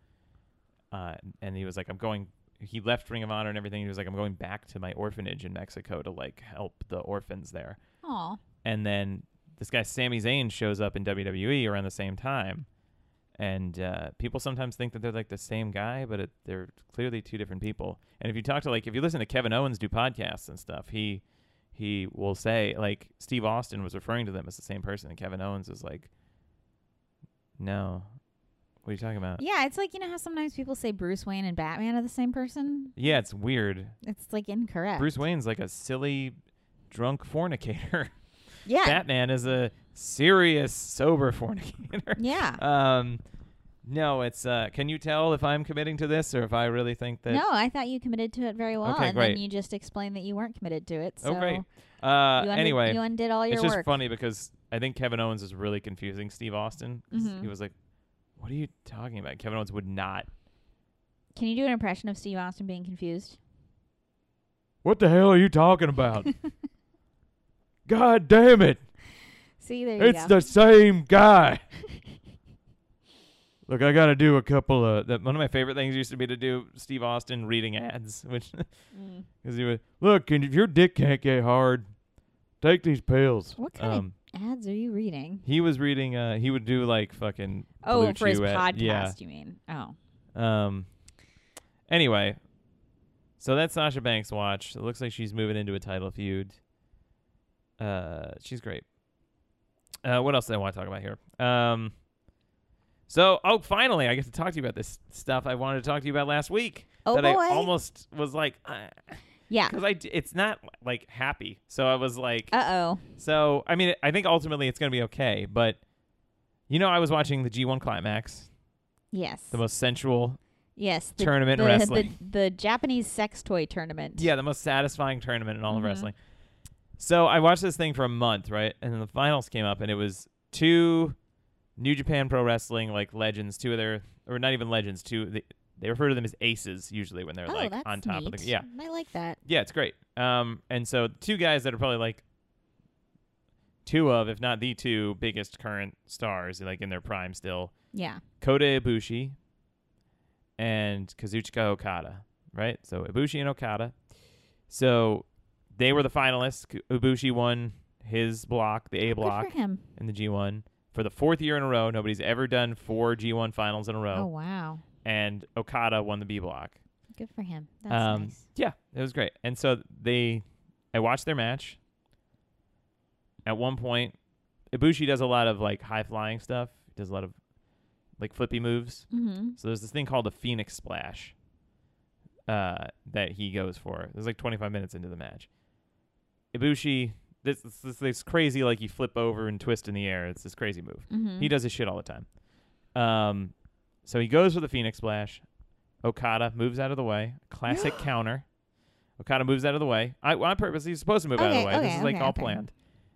Speaker 3: uh, and he was like, "I'm going." he left Ring of Honor and everything. He was like, I'm going back to my orphanage in Mexico to like help the orphans there.
Speaker 2: Aw.
Speaker 3: And then this guy Sami Zayn shows up in WWE around the same time. And uh, people sometimes think that they're like the same guy, but it, they're clearly two different people. And if you talk to like, if you listen to Kevin Owens do podcasts and stuff, he he will say like Steve Austin was referring to them as the same person, and Kevin Owens is like, no, what are you talking about?
Speaker 2: Yeah, it's like you know how sometimes people say Bruce Wayne and Batman are the same person.
Speaker 3: Yeah, it's weird.
Speaker 2: It's like incorrect.
Speaker 3: Bruce Wayne's like a silly, drunk fornicator.
Speaker 2: Yeah.
Speaker 3: Batman is a serious, sober fornicator.
Speaker 2: yeah.
Speaker 3: um, no, it's. Uh, can you tell if I'm committing to this or if I really think that?
Speaker 2: no, I thought you committed to it very well,
Speaker 3: Okay,
Speaker 2: and
Speaker 3: great.
Speaker 2: then you just explained that you weren't committed to it. So
Speaker 3: Oh, great.
Speaker 2: you
Speaker 3: Uh,
Speaker 2: undid,
Speaker 3: anyway,
Speaker 2: you undid all your
Speaker 3: it's just
Speaker 2: work.
Speaker 3: funny because I think Kevin Owens is really confusing Steve Austin. 'cause
Speaker 2: Mhm.
Speaker 3: He was like, "What are you talking about?" Kevin Owens would not.
Speaker 2: Can you do an impression of Steve Austin being confused?
Speaker 3: What the hell are you talking about? God damn it!
Speaker 2: See, there you
Speaker 3: it's
Speaker 2: go.
Speaker 3: the same guy. Look, I gotta do a couple of that. One of my favorite things used to be to do Steve Austin reading ads, which
Speaker 2: Mm.
Speaker 3: because he would look, and if your dick can't get hard, take these pills. Um,
Speaker 2: What kind of Ads are you reading?
Speaker 3: He was reading. Uh, he would do like fucking.
Speaker 2: Oh,
Speaker 3: Blue
Speaker 2: for his
Speaker 3: Chew ad-
Speaker 2: podcast,
Speaker 3: yeah.
Speaker 2: you mean? Oh,
Speaker 3: Um. Anyway, so that's Sasha Banks' watch. It looks like she's moving into a title feud. Uh, she's great. Uh, what else did I want to talk about here? Um. So, oh, finally, I get to talk to you about this stuff I wanted to talk to you about last week.
Speaker 2: oh
Speaker 3: that
Speaker 2: boy.
Speaker 3: I almost was like, "Ah,
Speaker 2: yeah.
Speaker 3: because I d- it's not like happy. So I was like,
Speaker 2: Uh oh.
Speaker 3: so I mean, I think ultimately it's gonna be okay. But you know, I was watching the G1 Climax,
Speaker 2: Yes.
Speaker 3: the most sensual
Speaker 2: yes. The,
Speaker 3: tournament in
Speaker 2: the-
Speaker 3: wrestling.
Speaker 2: the, the Japanese sex toy tournament.
Speaker 3: Yeah, the most satisfying tournament in all
Speaker 2: Mhm.
Speaker 3: of wrestling. So I watched this thing for a month, right? And then the finals came up, and it was two New Japan Pro Wrestling like legends, two of their or not even legends, two they, they refer to them as aces usually when they're
Speaker 2: Oh,
Speaker 3: like
Speaker 2: that's
Speaker 3: on top
Speaker 2: neat.
Speaker 3: of the yeah
Speaker 2: I like that.
Speaker 3: yeah it's great. Um, and so two guys that are probably like two of if not the two biggest current stars like in their prime still
Speaker 2: Yeah.
Speaker 3: Kota Ibushi and Kazuchika Okada, right? So Ibushi and Okada. So they were the finalists. K- Ibushi won his block, the A block,
Speaker 2: Good for him.
Speaker 3: in the G1 for the fourth year in a row. Nobody's ever done four G1 finals in a
Speaker 2: Oh
Speaker 3: row.
Speaker 2: wow.
Speaker 3: And Okada won the B block.
Speaker 2: Good for him. That's
Speaker 3: Um,
Speaker 2: nice.
Speaker 3: Yeah, it was great. And so they, I watched their match. At one point, Ibushi does a lot of like high flying stuff. He does a lot of like flippy moves.
Speaker 2: Mm-hmm.
Speaker 3: So there's this thing called a Phoenix Splash uh, that he goes for. There's like 25 minutes into the match. Ibushi, this, this this this crazy like you flip over and twist in the air. It's this crazy move.
Speaker 2: Mm-hmm.
Speaker 3: He does this shit all the time. Um, so he goes for the Phoenix Splash. Okada moves out of the way. Classic counter. Okada moves out of the way. I, on purpose, he's supposed to move out of
Speaker 2: Okay,
Speaker 3: the way. this
Speaker 2: okay,
Speaker 3: is like
Speaker 2: okay,
Speaker 3: all
Speaker 2: okay.
Speaker 3: planned.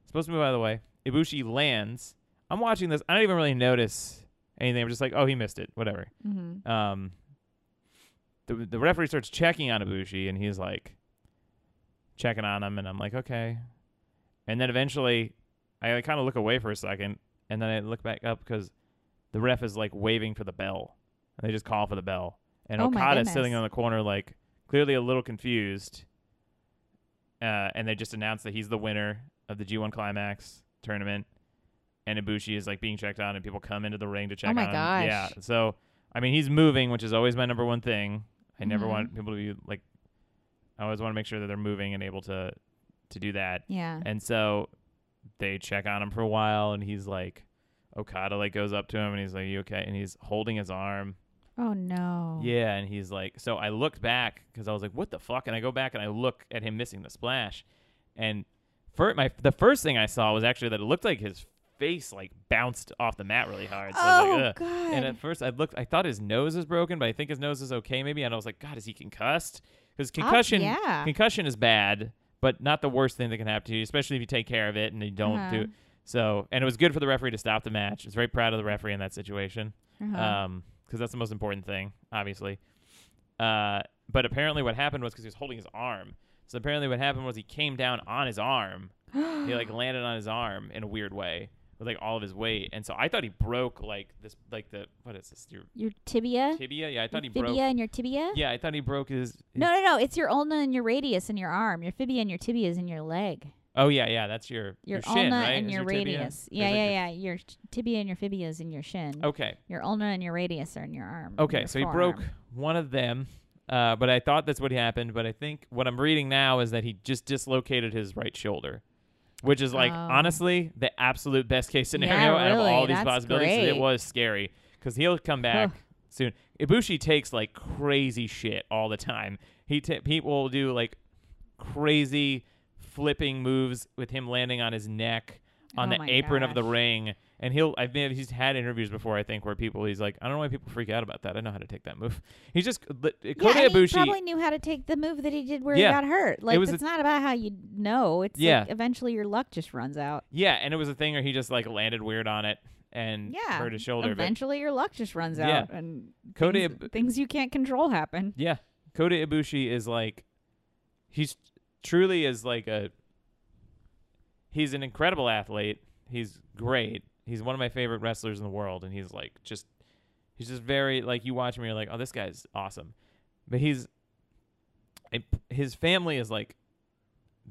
Speaker 3: Supposed to move out of the way. Ibushi lands. I'm watching this. I don't even really notice anything. I'm just like, oh, he missed it. Whatever
Speaker 2: Mm-hmm.
Speaker 3: um, the the referee starts checking on Ibushi, and he's like checking on him, and I'm like, okay. And then eventually, I kind of look away for a second, and then I look back up because the ref is like waving for the bell, and they just call for the bell, and
Speaker 2: Oh my
Speaker 3: Okada's
Speaker 2: goodness.
Speaker 3: sitting on the corner like clearly a little confused. Uh, and they just announced that he's the winner of the G1 Climax tournament, and Ibushi is like being checked on, and people come into the ring to check
Speaker 2: Oh my
Speaker 3: on
Speaker 2: gosh.
Speaker 3: him. Yeah, so I mean, he's moving, which is always my number one thing. I never
Speaker 2: Mhm.
Speaker 3: want people to be like, I always want to make sure that they're moving and able to to do that.
Speaker 2: Yeah.
Speaker 3: And so they check on him for a while, and he's like, Okada like goes up to him, and he's like, "You okay?" And he's holding his arm.
Speaker 2: Oh no.
Speaker 3: Yeah, and he's like, so I looked back because I was like, what the fuck? And I go back and I look at him missing the splash, and for my the first thing I saw was actually that it looked like his face like bounced off the mat really hard. So I was
Speaker 2: oh
Speaker 3: like, Ugh.
Speaker 2: god.
Speaker 3: And at first, I looked. I thought his nose is broken, but I think his nose is okay, maybe. And I was like, God, is he concussed? Because
Speaker 2: Ob-
Speaker 3: concussion,
Speaker 2: Oh, yeah.
Speaker 3: concussion is bad, but not the worst thing that can happen to you, especially if you take care of it and you don't
Speaker 2: Uh-huh.
Speaker 3: do. It. So, and it was good for the referee to stop the match. I was very proud of the referee in that situation,
Speaker 2: Uh-huh.
Speaker 3: because that's the most important thing, obviously. Uh, but apparently, what happened was because he was holding his arm. So Um, apparently, what happened was he came down on his arm. he like landed on his arm in a weird way. It with like all of his weight, and so I thought he broke like this, like the what is this? Your
Speaker 2: Your tibia,
Speaker 3: tibia? Yeah, I thought he
Speaker 2: your fibia,
Speaker 3: broke.
Speaker 2: and your tibia.
Speaker 3: Yeah, I thought he broke his. his-
Speaker 2: No, no, no. It's your ulna and your radius and your arm. Your fibia and your tibia is in your leg.
Speaker 3: Oh yeah, yeah. That's your
Speaker 2: Your,
Speaker 3: your, shin,
Speaker 2: ulna
Speaker 3: right?
Speaker 2: and
Speaker 3: Is
Speaker 2: your,
Speaker 3: tibia?
Speaker 2: radius.
Speaker 3: Is
Speaker 2: Yeah,
Speaker 3: like
Speaker 2: yeah,
Speaker 3: your-
Speaker 2: yeah. Your t- tibia and your fibia is in your shin.
Speaker 3: Okay,
Speaker 2: Your ulna and your radius are in your arm.
Speaker 3: okay.
Speaker 2: your
Speaker 3: So he
Speaker 2: forearm.
Speaker 3: broke one of them, uh, but I thought that's what happened. But I think what I'm reading now is that he just dislocated his right shoulder, which is like
Speaker 2: Oh.
Speaker 3: honestly the absolute best case scenario out of
Speaker 2: really,
Speaker 3: all these
Speaker 2: that's
Speaker 3: possibilities.
Speaker 2: great.
Speaker 3: It was scary because he'll come back soon. Ibushi takes like crazy shit all the time. He t- people will do like crazy flipping moves with him landing on his neck on
Speaker 4: Oh
Speaker 3: the
Speaker 4: my
Speaker 3: apron of the
Speaker 4: gosh.
Speaker 3: ring. And he'll I've been he's had interviews before I think where people he's like I don't know why people freak out about that. I know how to take that move. He's just but, uh,
Speaker 2: Yeah,
Speaker 3: Kota
Speaker 2: I mean, he
Speaker 3: Ibushi.
Speaker 2: probably knew how to take the move that he did where
Speaker 3: Yeah.
Speaker 2: he got hurt. Like
Speaker 3: was a-
Speaker 2: it's not about how you know. It's
Speaker 3: Yeah.
Speaker 2: like eventually your luck just runs out.
Speaker 3: yeah, and it was a thing where he just like landed weird on it and
Speaker 2: Yeah.
Speaker 3: hurt his shoulder. but-
Speaker 2: eventually your luck just runs
Speaker 3: Yeah.
Speaker 2: out and
Speaker 3: Kota
Speaker 2: things,
Speaker 3: Ib-
Speaker 2: things you can't control happen.
Speaker 3: Yeah. Kota Ibushi is like he's truly is like a he's an incredible athlete. He's great. He's one of my favorite wrestlers in the world and he's like just he's just very like you watch him you're like, "Oh, this guy's awesome." But he's I- his family is like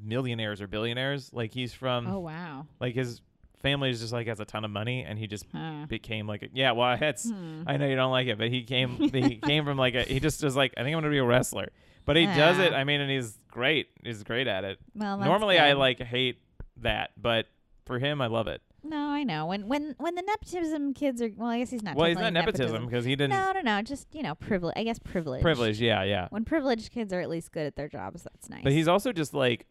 Speaker 3: millionaires or billionaires. Like he's from
Speaker 4: Oh wow.
Speaker 3: like his family is just like has a ton of money and he just
Speaker 4: Huh.
Speaker 3: became like a, yeah, well, that's
Speaker 4: Hmm.
Speaker 3: I know you don't like it, but he came. he came from like a. He just was like, I think I'm gonna be a wrestler. But he does
Speaker 2: Yeah.
Speaker 3: it. I mean, and he's great. He's great at it.
Speaker 2: Well, that's
Speaker 3: Normally, I
Speaker 2: good.
Speaker 3: like hate that, but for him, I love it.
Speaker 2: No, I know. When when when the nepotism kids are well, I guess he's not.
Speaker 3: well, he's not
Speaker 2: technically
Speaker 3: nepotism because he didn't
Speaker 2: No, no, no. Just you know, privilege. I guess privilege.
Speaker 3: privilege. Yeah, yeah.
Speaker 2: When privileged kids are at least good at their jobs, that's nice.
Speaker 3: But he's also just like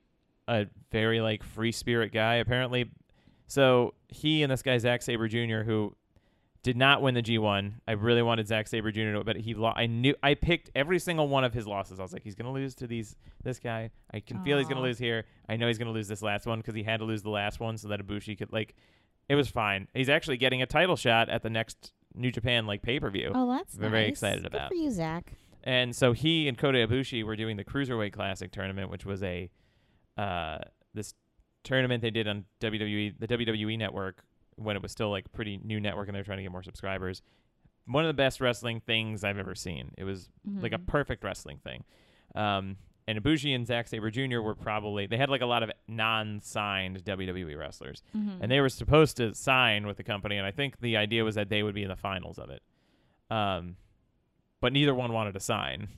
Speaker 3: a very like free spirit guy. Apparently, so he and this guy Zack Saber Jr. who did not win the G1. I really wanted Zack Saber Jr. to, but he. Lo- I knew I picked every single one of his losses. I was like, he's gonna lose to these this guy. I can feel he's gonna
Speaker 2: Aw.
Speaker 3: lose here. I know he's gonna lose this last one because he had to lose the last one so that Ibushi could like. It was fine. He's actually getting a title shot at the next New Japan like pay per view.
Speaker 2: oh, that's
Speaker 3: We're very
Speaker 2: nice.
Speaker 3: excited about.
Speaker 2: Good for you, Zach.
Speaker 3: And so he and Kota Ibushi were doing the Cruiserweight Classic tournament, which was a uh, this tournament they did on WWE, the WWE network when it was still like pretty new network and they were trying to get more subscribers. One of the best wrestling things I've ever seen. It was like a
Speaker 2: Mhm.
Speaker 3: perfect wrestling thing. Um, and Ibushi and Zack Saber Jr. were probably they had like a lot of non-signed WWE wrestlers,
Speaker 2: Mhm.
Speaker 3: and they were supposed to sign with the company. And I think the idea was that they would be in the finals of it. Um, but neither one wanted to sign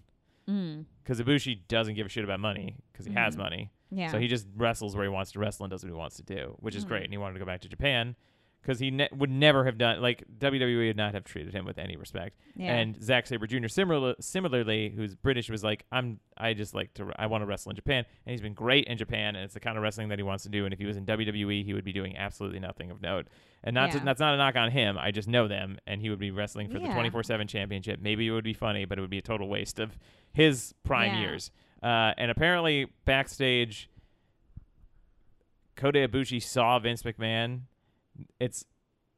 Speaker 2: Mm.
Speaker 3: because Ibushi doesn't give a shit about money because he has
Speaker 2: Mhm.
Speaker 3: money.
Speaker 2: Yeah.
Speaker 3: So he just wrestles where he wants to wrestle and does what he wants to do, which is great.
Speaker 2: Mhm.
Speaker 3: And he wanted to go back to Japan because he ne- would never have done like WWE would not have treated him with any respect.
Speaker 2: yeah.
Speaker 3: And Zack Saber Jr. Similar- similarly, who's British, was like, "I'm I just like to I want to wrestle in Japan," and he's been great in Japan, and it's the kind of wrestling that he wants to do. And if he was in WWE, he would be doing absolutely nothing of note. And not
Speaker 2: Yeah.
Speaker 3: to, that's not a knock on him. I just know them, and he would be wrestling for the
Speaker 2: Yeah.
Speaker 3: twenty four seven championship. Maybe it would be funny, but it would be a total waste of his prime
Speaker 2: Yeah.
Speaker 3: years. Uh, and apparently, backstage, Kota Ibushi saw Vince McMahon. It's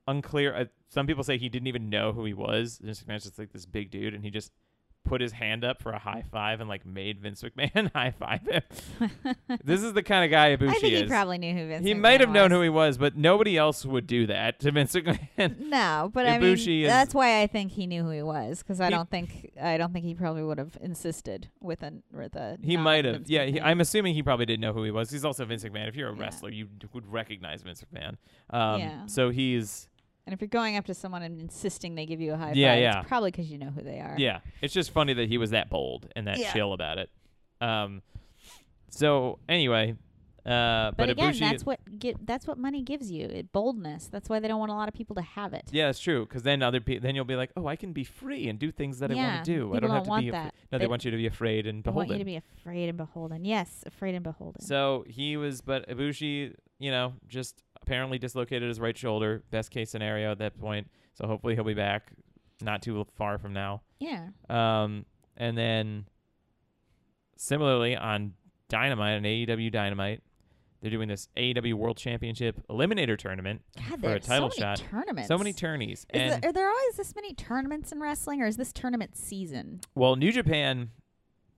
Speaker 3: unclear. Uh, some people say he didn't even know who he was. Vince McMahon's just like this big dude, and he just put his hand up for a high five and like made Vince McMahon high five him. this is the kind of guy Ibushi
Speaker 2: I think
Speaker 3: is.
Speaker 2: he probably knew who Vince.
Speaker 3: He might have known
Speaker 2: was.
Speaker 3: who he was, but nobody else would do that to Vince McMahon.
Speaker 2: No, but I
Speaker 3: Ibushi
Speaker 2: mean
Speaker 3: is-
Speaker 2: that's why I think he knew who he was because I
Speaker 3: He-
Speaker 2: don't think I don't think he probably would have insisted with a with a.
Speaker 3: He
Speaker 2: nod
Speaker 3: might
Speaker 2: to
Speaker 3: have.
Speaker 2: Vince
Speaker 3: Yeah, he,
Speaker 2: McMahon.
Speaker 3: I'm assuming he probably didn't know who he was. He's also Vince McMahon. If you're a
Speaker 2: Yeah.
Speaker 3: wrestler, you d- would recognize Vince McMahon. Um,
Speaker 2: Yeah.
Speaker 3: So he's.
Speaker 2: And if you're going up to someone and insisting they give you a high
Speaker 3: Yeah,
Speaker 2: five,
Speaker 3: yeah.
Speaker 2: it's probably because you know who they are.
Speaker 3: Yeah. It's just funny that he was that bold and that
Speaker 2: Yeah.
Speaker 3: chill about it. Um, so anyway. Uh, but,
Speaker 2: But, again,
Speaker 3: Ibushi,
Speaker 2: that's what get that's what money gives you. It boldness. That's why they don't want a lot of people to have it.
Speaker 3: Yeah, it's true. Because then other people, then you'll be like, oh, I can be free and do things that I
Speaker 2: Yeah,
Speaker 3: want to do. I
Speaker 2: people
Speaker 3: don't have
Speaker 2: don't
Speaker 3: to
Speaker 2: want
Speaker 3: be.
Speaker 2: that.
Speaker 3: No, they,
Speaker 2: They-
Speaker 3: want you to be afraid and
Speaker 2: They want
Speaker 3: beholden.
Speaker 2: you to be afraid and beholden. Yes, afraid and beholden.
Speaker 3: So he was, but Ibushi, you know, just apparently dislocated his right shoulder. Best case scenario at that point. So hopefully he'll be back not too far from now.
Speaker 2: yeah.
Speaker 3: Um, and then similarly on Dynamite, on AEW Dynamite, they're doing this AEW World Championship Eliminator Tournament.
Speaker 2: God,
Speaker 3: for a
Speaker 2: there are
Speaker 3: title
Speaker 2: so many
Speaker 3: shot.
Speaker 2: tournaments.
Speaker 3: So many tourneys.
Speaker 2: Is
Speaker 3: And
Speaker 2: there, are there always this many tournaments in wrestling, or is this tournament season?
Speaker 3: well, New Japan,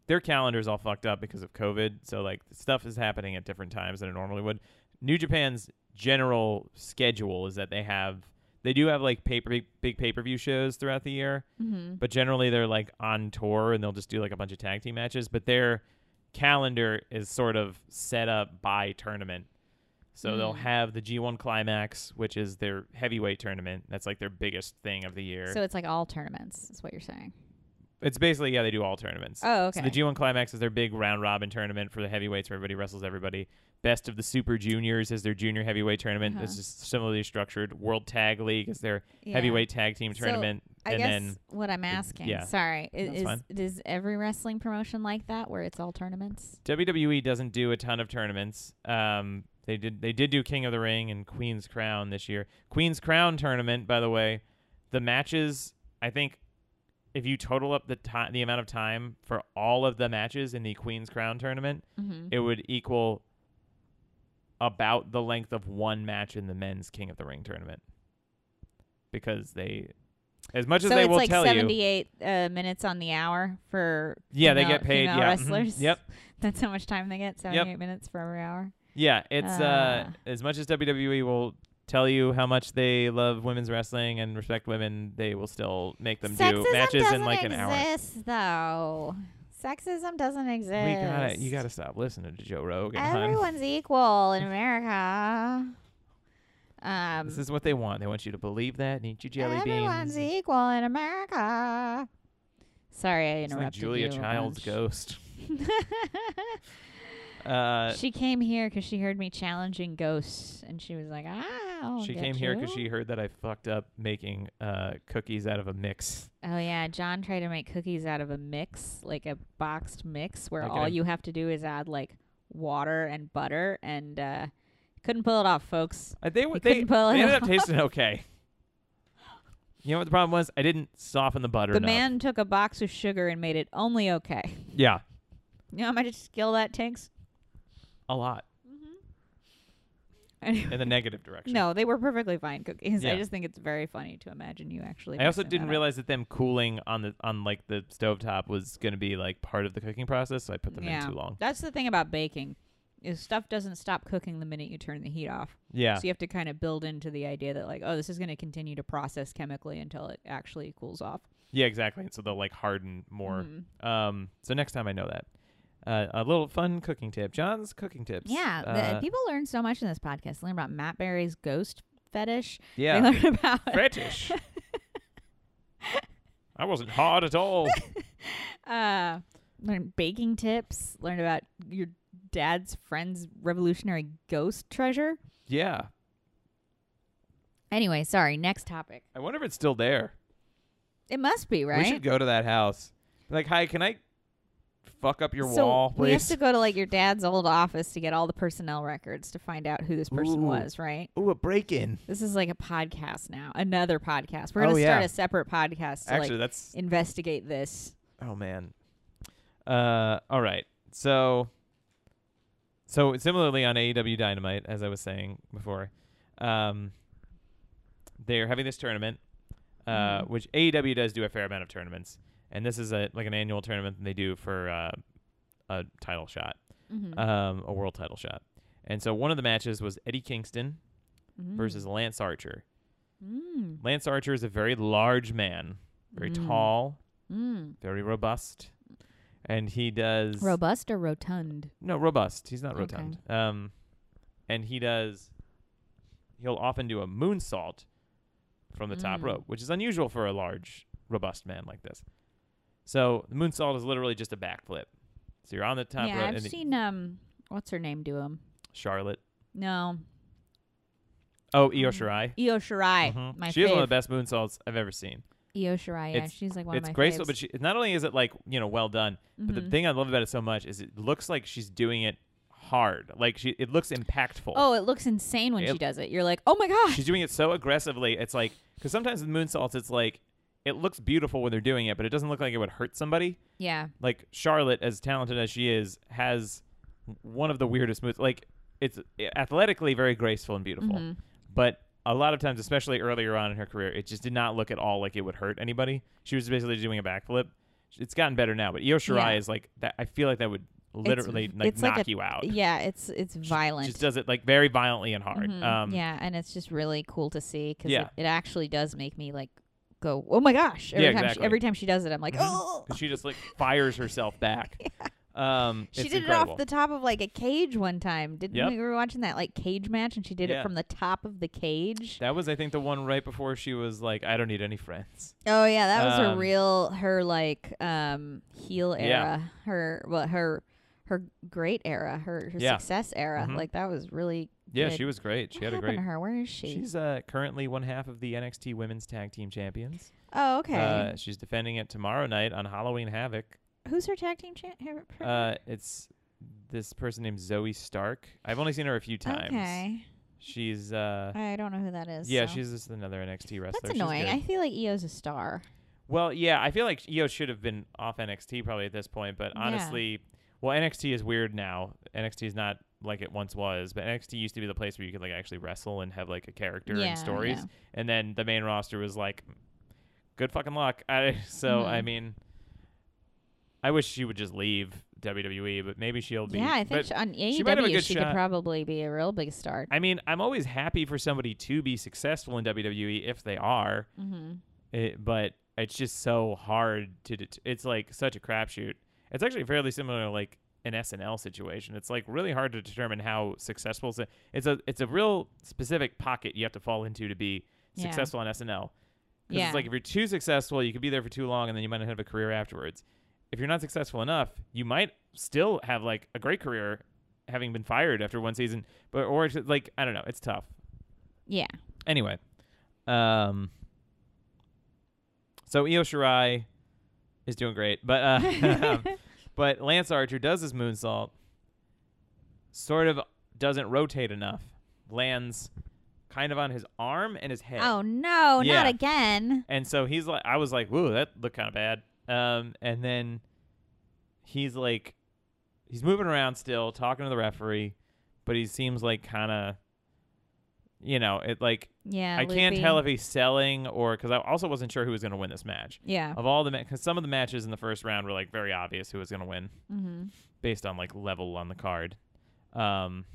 Speaker 3: their calendar's all fucked up because of COVID. So like stuff is happening at different times than it normally would. New Japan's general schedule is that they have they do have like paper big, big pay per view shows throughout the year,
Speaker 2: Mm-hmm.
Speaker 3: but generally they're like on tour and they'll just do like a bunch of tag team matches. But their calendar is sort of set up by tournament. So they'll
Speaker 2: Mm.
Speaker 3: have the G1 Climax, which is their heavyweight tournament. That's like their biggest thing of the year.
Speaker 2: So it's like all tournaments, is what you're saying.
Speaker 3: it's basically yeah, they do all tournaments.
Speaker 2: Oh, okay.
Speaker 3: So the G1 Climax is their big round robin tournament for the heavyweights where everybody wrestles everybody. Best of the Super Juniors is their junior heavyweight tournament.
Speaker 2: Uh-huh.
Speaker 3: It's just similarly structured. World Tag League is their
Speaker 2: Yeah.
Speaker 3: heavyweight tag team
Speaker 2: So,
Speaker 3: tournament.
Speaker 2: I
Speaker 3: and
Speaker 2: guess
Speaker 3: then
Speaker 2: what I'm asking,
Speaker 3: yeah.
Speaker 2: sorry, i-
Speaker 3: That's
Speaker 2: is
Speaker 3: fine.
Speaker 2: is every wrestling promotion like that where it's all tournaments?
Speaker 3: WWE E doesn't do a ton of tournaments. Um, they did they did do King of the Ring and Queen's Crown this year. Queen's Crown tournament, by the way, the matches I think if you total up the time the amount of time for all of the matches in the Queen's Crown tournament,
Speaker 2: Mm-hmm.
Speaker 3: it would equal about the length of one match in the men's King of the Ring tournament. Because they as much
Speaker 2: So
Speaker 3: as they
Speaker 2: it's
Speaker 3: will
Speaker 2: like
Speaker 3: tell you
Speaker 2: 78 uh, minutes on the hour for
Speaker 3: Yeah, they
Speaker 2: female-
Speaker 3: get paid,
Speaker 2: female
Speaker 3: yeah, mhm,
Speaker 2: wrestlers.
Speaker 3: yep.
Speaker 2: that's how much time they get. 78 minutes for every hour.
Speaker 3: Yeah, it's uh,
Speaker 2: Ah.
Speaker 3: as much as WWE will tell you how much they love women's wrestling and respect women, they will still make them do
Speaker 2: Sexism
Speaker 3: matches
Speaker 2: doesn't
Speaker 3: in like an hour.
Speaker 2: exist, though. Sexism doesn't exist.
Speaker 3: We gotta, you gotta stop listening to Joe Rogan. hon.
Speaker 2: Everyone's equal in America. Um,
Speaker 3: This is what they want. They want you to believe that and eat your jelly
Speaker 2: everyone's
Speaker 3: beans.
Speaker 2: equal in America. Sorry, I
Speaker 3: It's like
Speaker 2: interrupted you
Speaker 3: Julia
Speaker 2: a
Speaker 3: Child's
Speaker 2: bunch.
Speaker 3: ghost. Uh,
Speaker 2: she came here because she heard me challenging ghosts, and she was like, "Ah." I'll
Speaker 3: she
Speaker 2: get
Speaker 3: came here 'cause here
Speaker 2: you."
Speaker 3: because she heard that I fucked up making uh, cookies out of a mix.
Speaker 2: Oh yeah, John tried to make cookies out of a mix, like a boxed mix, where
Speaker 3: Like
Speaker 2: all
Speaker 3: a-
Speaker 2: you have to do is add like water and butter, and uh, couldn't pull it off, folks.
Speaker 3: Uh, they were
Speaker 2: You
Speaker 3: they,
Speaker 2: couldn't pull it
Speaker 3: they ended up
Speaker 2: off.
Speaker 3: tasting okay. You know what the problem was? I didn't soften the butter
Speaker 2: The
Speaker 3: enough.
Speaker 2: man took a box of sugar and made it only okay.
Speaker 3: yeah,
Speaker 2: You know how much skill that takes?
Speaker 3: a lot.
Speaker 2: Anyway,
Speaker 3: in the negative direction.
Speaker 2: no, they were perfectly fine cookies.
Speaker 3: Yeah.
Speaker 2: I just think it's very funny to imagine you actually.
Speaker 3: I also
Speaker 2: mixing
Speaker 3: didn't
Speaker 2: that up.
Speaker 3: realize that them cooling on the on like the stovetop was going to be like part of the cooking process, so I put them
Speaker 2: yeah.
Speaker 3: in too long.
Speaker 2: That's the thing about baking, is stuff doesn't stop cooking the minute you turn the heat off.
Speaker 3: Yeah.
Speaker 2: So you have to kind of build into the idea that like, oh, this is going to continue to process chemically until it actually cools off.
Speaker 3: Yeah, exactly. And so they'll like harden more.
Speaker 2: Mhm.
Speaker 3: Um so next time I know that. Uh, a little fun cooking tip. John's cooking tips.
Speaker 2: Yeah, the,
Speaker 3: Uh,
Speaker 2: people learn so much in this podcast. They learn about Matt Berry's ghost fetish.
Speaker 3: yeah.
Speaker 2: They learn about
Speaker 3: Fetish. I wasn't hard at all.
Speaker 2: uh, learn baking tips. Learn about your dad's friend's revolutionary ghost treasure.
Speaker 3: yeah.
Speaker 2: Anyway, sorry. Next topic.
Speaker 3: I wonder if it's still there.
Speaker 2: It must be right.
Speaker 3: We should go to that house. Like, hi, can I fuck up your
Speaker 2: so
Speaker 3: wall, please?
Speaker 2: we have to go to like your dad's old office to get all the personnel records to find out who this person
Speaker 3: Ooh.
Speaker 2: was, right?
Speaker 3: Ooh, a break in.
Speaker 2: This is like a podcast now, another podcast. We're
Speaker 3: Oh,
Speaker 2: gonna start
Speaker 3: yeah.
Speaker 2: a separate podcast to
Speaker 3: Actually,
Speaker 2: like
Speaker 3: that's
Speaker 2: investigate this.
Speaker 3: Oh man. Uh, all right. So, so similarly on AEW Dynamite, as I was saying before, um, they're having this tournament, uh,
Speaker 2: Mhm.
Speaker 3: which AEW does do a fair amount of tournaments, and this is a like an annual tournament that they do for uh, a title shot,
Speaker 2: Mm-hmm.
Speaker 3: um, a world title shot. And so one of the matches was Eddie Kingston versus Lance Archer.
Speaker 2: Mm-hmm. mm.
Speaker 3: Lance Archer is a very large man, very
Speaker 2: Mm.
Speaker 3: tall,
Speaker 2: Mm.
Speaker 3: very robust, and he does
Speaker 2: robust or rotund.
Speaker 3: No, robust. He's not
Speaker 2: Okay.
Speaker 3: rotund. Um, and he does. He'll often do a moonsault from the top
Speaker 2: Mm.
Speaker 3: rope, which is unusual for a large, robust man like this. So the moonsault is literally just a backflip. So you're on the top
Speaker 2: yeah,
Speaker 3: rope.
Speaker 2: I've
Speaker 3: and
Speaker 2: seen um, what's her name do him?
Speaker 3: Charlotte.
Speaker 2: No,
Speaker 3: Oh, Io Shirai.
Speaker 2: Io Shirai,
Speaker 3: Mhm.
Speaker 2: Mm. my
Speaker 3: She has one
Speaker 2: fave.
Speaker 3: of the best moonsaults I've ever seen.
Speaker 2: Io Shirai, yeah,
Speaker 3: It's-
Speaker 2: she's like one
Speaker 3: it's
Speaker 2: of my
Speaker 3: graceful,
Speaker 2: faves.
Speaker 3: but she, not only is it like you know well done, but the
Speaker 2: Mhm.
Speaker 3: thing I love about it so much is it looks like she's doing it hard. Like she, it looks impactful.
Speaker 2: oh, it looks insane when
Speaker 3: It-
Speaker 2: she does it. You're like, oh my gosh.
Speaker 3: She's doing it so aggressively. It's like because sometimes with moonsaults, it's like it looks beautiful when they're doing it, but it doesn't look like it would hurt somebody.
Speaker 2: Yeah,
Speaker 3: Like Charlotte, as talented as she is, has one of the weirdest moves. Like it's athletically very graceful and beautiful,
Speaker 2: Mhm.
Speaker 3: but a lot of times, especially earlier on in her career, it just did not look at all like it would hurt anybody. She was basically doing a backflip. It's gotten better now, but Io
Speaker 2: Yeah.
Speaker 3: Shirai is like that. I feel like that would literally
Speaker 2: v-
Speaker 3: like
Speaker 2: it's like
Speaker 3: knock
Speaker 2: a-
Speaker 3: you out.
Speaker 2: Yeah, it's it's
Speaker 3: She
Speaker 2: violent.
Speaker 3: Just does it like very violently and hard.
Speaker 2: Mhm.
Speaker 3: Um,
Speaker 2: yeah, and it's just really cool to see because
Speaker 3: Yeah.
Speaker 2: it, it actually does make me like go, oh my gosh! Every
Speaker 3: Yeah,
Speaker 2: time
Speaker 3: exactly.
Speaker 2: she, every time she does it, I'm like,
Speaker 3: Mhm.
Speaker 2: oh!
Speaker 3: 'Cause she just like fires herself back. Um,
Speaker 2: She
Speaker 3: it's
Speaker 2: did it
Speaker 3: incredible.
Speaker 2: off the top of like a cage one time. Didn't
Speaker 3: Yep.
Speaker 2: we, we were watching that like cage match and she did
Speaker 3: Yeah.
Speaker 2: it from the top of the cage?
Speaker 3: That was I think the one right before she was like, I don't need any friends.
Speaker 2: Oh yeah, that was
Speaker 3: Um,
Speaker 2: her real her like um heel
Speaker 3: Yeah.
Speaker 2: era. Her well her her great era, her, her
Speaker 3: Yeah.
Speaker 2: success era.
Speaker 3: Mhm.
Speaker 2: Like that was really
Speaker 3: Yeah,
Speaker 2: Good.
Speaker 3: she was great. She
Speaker 2: what
Speaker 3: had a
Speaker 2: happened
Speaker 3: great.
Speaker 2: to her. Where is she?
Speaker 3: She's uh, currently one half of the NXT Women's Tag Team Champions.
Speaker 2: oh, okay.
Speaker 3: Uh, she's defending it tomorrow night on Halloween Havoc.
Speaker 2: Who's her tag team champ? Her, her-
Speaker 3: Uh, it's this person named Zoe Stark. I've only seen her a few times.
Speaker 2: Okay.
Speaker 3: She's uh,
Speaker 2: I don't know who that is.
Speaker 3: yeah,
Speaker 2: so.
Speaker 3: she's just another NXT wrestler.
Speaker 2: That's
Speaker 3: She's
Speaker 2: annoying.
Speaker 3: good.
Speaker 2: I feel like Io's a star.
Speaker 3: Well, yeah, I feel like Io should have been off NXT probably at this point, but
Speaker 2: Yeah.
Speaker 3: honestly, well, NXT is weird now. NXT is not like it once was, but NXT used to be the place where you could like actually wrestle and have like a character
Speaker 2: Yeah,
Speaker 3: and stories,
Speaker 2: yeah.
Speaker 3: and then the main roster was like, good fucking luck. I, so I
Speaker 2: Mhm.
Speaker 3: mean, I wish she would just leave WWE, but maybe she'll be.
Speaker 2: yeah, I think
Speaker 3: but-
Speaker 2: she, on AEW
Speaker 3: she
Speaker 2: she,
Speaker 3: might have a good
Speaker 2: could
Speaker 3: shot.
Speaker 2: probably be a real big star.
Speaker 3: I mean, I'm always happy for somebody to be successful in WWE if they are.
Speaker 2: mm-hmm.
Speaker 3: it, but it's just so hard to. Det- it's like such a crapshoot. It's actually fairly similar to like an SNL situation. It's like really hard to determine how successful. s- It's a it's a real specific pocket you have to fall into to be
Speaker 2: Yeah.
Speaker 3: successful on SNL. 'Cause
Speaker 2: Yeah.
Speaker 3: It's like if you're too successful, you could be there for too long, and then you might not have a career afterwards. If you're not successful enough, you might still have like a great career, having been fired after one season. But or it's like I don't know, it's tough
Speaker 2: yeah.
Speaker 3: anyway, um, so Io Shirai is doing great, but uh, but Lance Archer does his moonsault, sort of doesn't rotate enough, lands kind of on his arm and his head,
Speaker 2: Oh no,
Speaker 3: Yeah.
Speaker 2: not again.
Speaker 3: and so he's like, I was like, whoa, that looked kind of bad, um, and then he's like, he's moving around still, talking to the referee, but he seems like kind of. You know, it like
Speaker 2: Yeah.
Speaker 3: I can't
Speaker 2: loopy.
Speaker 3: tell if he's selling or because I also wasn't sure who was going to win this match.
Speaker 2: Yeah.
Speaker 3: Of all the because some of the matches in the first round were like very obvious who was going to win
Speaker 2: Mm-hmm.
Speaker 3: based on like level on the card. Um,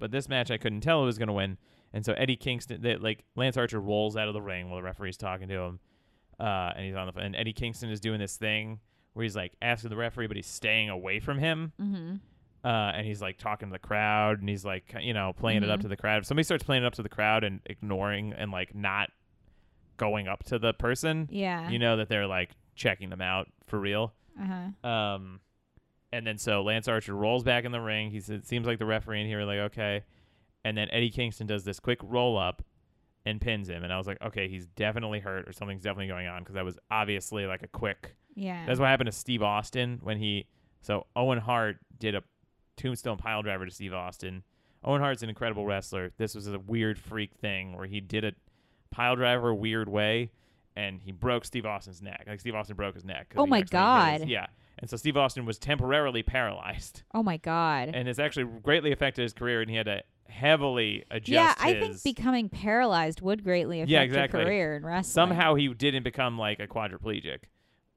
Speaker 3: but this match I couldn't tell who was going to win, and so Eddie Kingston, they, like Lance Archer, rolls out of the ring while the referee's talking to him, uh, and he's on the and Eddie Kingston is doing this thing where he's like asking the referee, but he's staying away from him
Speaker 2: Mm-hmm.
Speaker 3: uh, and he's like talking to the crowd and he's like you know playing it up
Speaker 2: Mhm.
Speaker 3: to the crowd if somebody starts playing it up to the crowd and ignoring and like not going up to the person
Speaker 2: Yeah.
Speaker 3: you know that they're like checking them out for real
Speaker 2: uh-huh.
Speaker 3: um, and then so lance archer rolls back in the ring he said it seems like the referee in here like okay and then eddie kingston does this quick roll up and pins him and i was like okay he's definitely hurt or something's definitely going on because that was obviously like a quick
Speaker 2: Yeah.
Speaker 3: that's what happened to Steve Austin when he. So Owen Hart did a tombstone pile driver to Steve Austin. Owen Hart's an incredible wrestler. This was a weird freak thing where he did a pile driver a weird way, and he broke Steve Austin's neck. Like Steve Austin broke his neck. 'cause
Speaker 2: Oh
Speaker 3: he
Speaker 2: my
Speaker 3: accidentally hit his-
Speaker 2: God.
Speaker 3: yeah, and so Steve Austin was temporarily paralyzed,
Speaker 2: oh my god.
Speaker 3: and it's actually greatly affected his career, and he had to heavily adjust.
Speaker 2: yeah, I
Speaker 3: his-
Speaker 2: think becoming paralyzed would greatly affect
Speaker 3: Yeah, exactly.
Speaker 2: your career in wrestling.
Speaker 3: somehow he didn't become like a quadriplegic.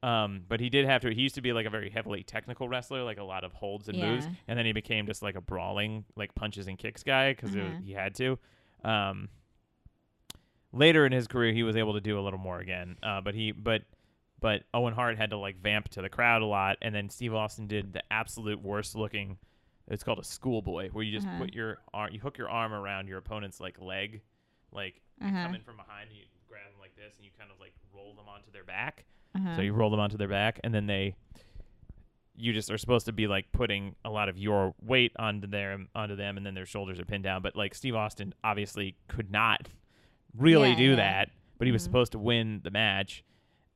Speaker 3: Um, but he did have to. He used to be like a very heavily technical wrestler, like a lot of holds and moves,
Speaker 2: Yeah.
Speaker 3: and then he became just like a brawling, like punches and kicks guy because
Speaker 2: Uh-huh.
Speaker 3: he had to. Um, later in his career, he was able to do a little more again. Uh, but he, but, but Owen Hart had to like vamp to the crowd a lot, and then Steve Austin did the absolute worst looking. It's called a schoolboy, where you just
Speaker 2: Uh-huh.
Speaker 3: put your arm, you hook your arm around your opponent's like leg, like
Speaker 2: Uh-huh.
Speaker 3: come in from behind and you grab them like this and you kind of like roll them onto their back.
Speaker 2: Uh-huh.
Speaker 3: So you roll them onto their back and then they you just are supposed to be like putting a lot of your weight onto their onto them and then their shoulders are pinned down. But like Steve Austin obviously could not really
Speaker 2: Yeah,
Speaker 3: do
Speaker 2: yeah.
Speaker 3: that. But he was
Speaker 2: Mhm.
Speaker 3: supposed to win the match.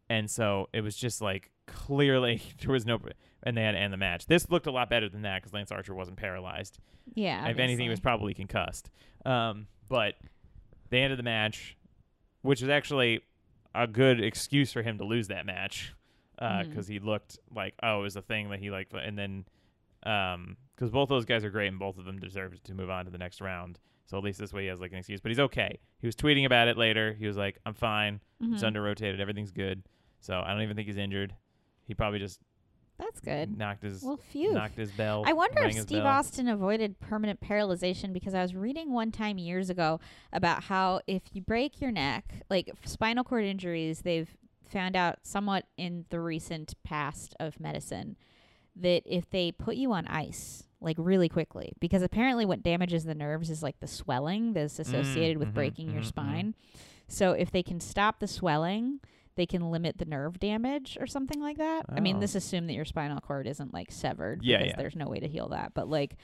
Speaker 3: And so it was just like clearly there was no and they had to end the match. This looked a lot better than that because Lance Archer wasn't paralyzed
Speaker 2: yeah.
Speaker 3: if anything, he was
Speaker 2: obviously.
Speaker 3: probably concussed. Um, but they ended the match, which was actually a good excuse for him to lose that match because
Speaker 2: Mhm.
Speaker 3: he looked like oh, it was a thing that he liked, and then because both those guys are great and both of them deserve to move on to the next round. So at least this way he has like an excuse, but he's okay. He was tweeting about it later. He was like, "I'm fine. It's
Speaker 2: Mhm.
Speaker 3: under rotated. Everything's good." So I don't even think he's injured. He probably just
Speaker 2: That's good.
Speaker 3: Knocked his
Speaker 2: Well, phew.
Speaker 3: knocked his bell.
Speaker 2: I wonder
Speaker 3: rang
Speaker 2: if
Speaker 3: his
Speaker 2: Steve
Speaker 3: bell.
Speaker 2: Austin avoided permanent paralyzation because I was reading one time years ago about how if you break your neck, like spinal cord injuries, they've found out somewhat in the recent past of medicine that if they put you on ice like really quickly because apparently what damages the nerves is like the swelling that's associated with
Speaker 3: mhm,
Speaker 2: breaking your
Speaker 3: mhm, mhm.
Speaker 2: spine. So if they can stop the swelling, they can limit the nerve damage or something like that. I mean,
Speaker 3: Oh.
Speaker 2: this assume that your spinal cord isn't like severed
Speaker 3: Yeah,
Speaker 2: because
Speaker 3: yeah.
Speaker 2: there's no way to heal that. But like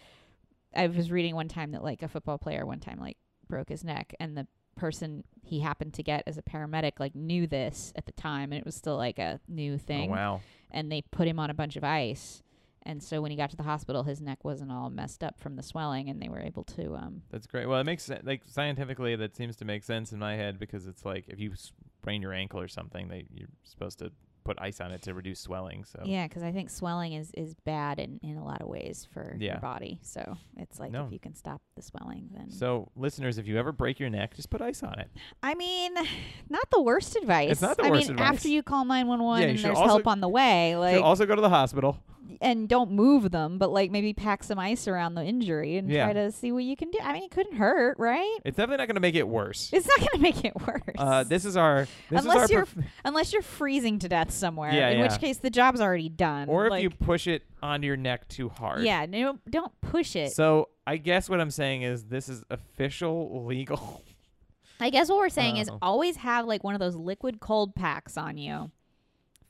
Speaker 2: I was reading one time that like a football player one time like broke his neck and the person he happened to get as a paramedic like knew this at the time and it was still like a new
Speaker 3: Oh
Speaker 2: thing
Speaker 3: wow.
Speaker 2: and they put him on a bunch of ice. And so when he got to the hospital, his neck wasn't all messed up from the swelling, and they were able to. Um,
Speaker 3: That's great. Well, it makes sen- like scientifically that seems to make sense in my head because it's like if you sprain your ankle or something, they you're supposed to put ice on it to reduce swelling. So
Speaker 2: Yeah, because I think swelling is is bad in in a lot of ways for
Speaker 3: Yeah.
Speaker 2: your body. So it's like
Speaker 3: No.
Speaker 2: if you can stop the swelling, then.
Speaker 3: So listeners, if you ever break your neck, just put ice on it.
Speaker 2: I mean, not the worst advice.
Speaker 3: not the
Speaker 2: I
Speaker 3: worst
Speaker 2: mean,
Speaker 3: advice.
Speaker 2: after you call nine one one
Speaker 3: Yeah, you
Speaker 2: and
Speaker 3: should
Speaker 2: there's
Speaker 3: also-
Speaker 2: help on the way,
Speaker 3: Should
Speaker 2: like,
Speaker 3: also go to the hospital.
Speaker 2: and don't move them, but like maybe pack some ice around the injury and
Speaker 3: Yeah.
Speaker 2: try to see what you can do. I mean, it couldn't hurt, right?
Speaker 3: It's definitely not going to make it worse.
Speaker 2: It's not going to make it worse.
Speaker 3: Uh, this is our this
Speaker 2: Unless
Speaker 3: is our
Speaker 2: you're
Speaker 3: perf-
Speaker 2: unless you're freezing to death somewhere.
Speaker 3: Yeah,
Speaker 2: in
Speaker 3: yeah.
Speaker 2: which case the job's already done.
Speaker 3: or if
Speaker 2: Like,
Speaker 3: you push it onto your neck too hard.
Speaker 2: yeah, no, don't push it.
Speaker 3: So I guess what I'm saying is this is official legal.
Speaker 2: I guess what we're saying is
Speaker 3: Oh.
Speaker 2: always have like one of those liquid cold packs on you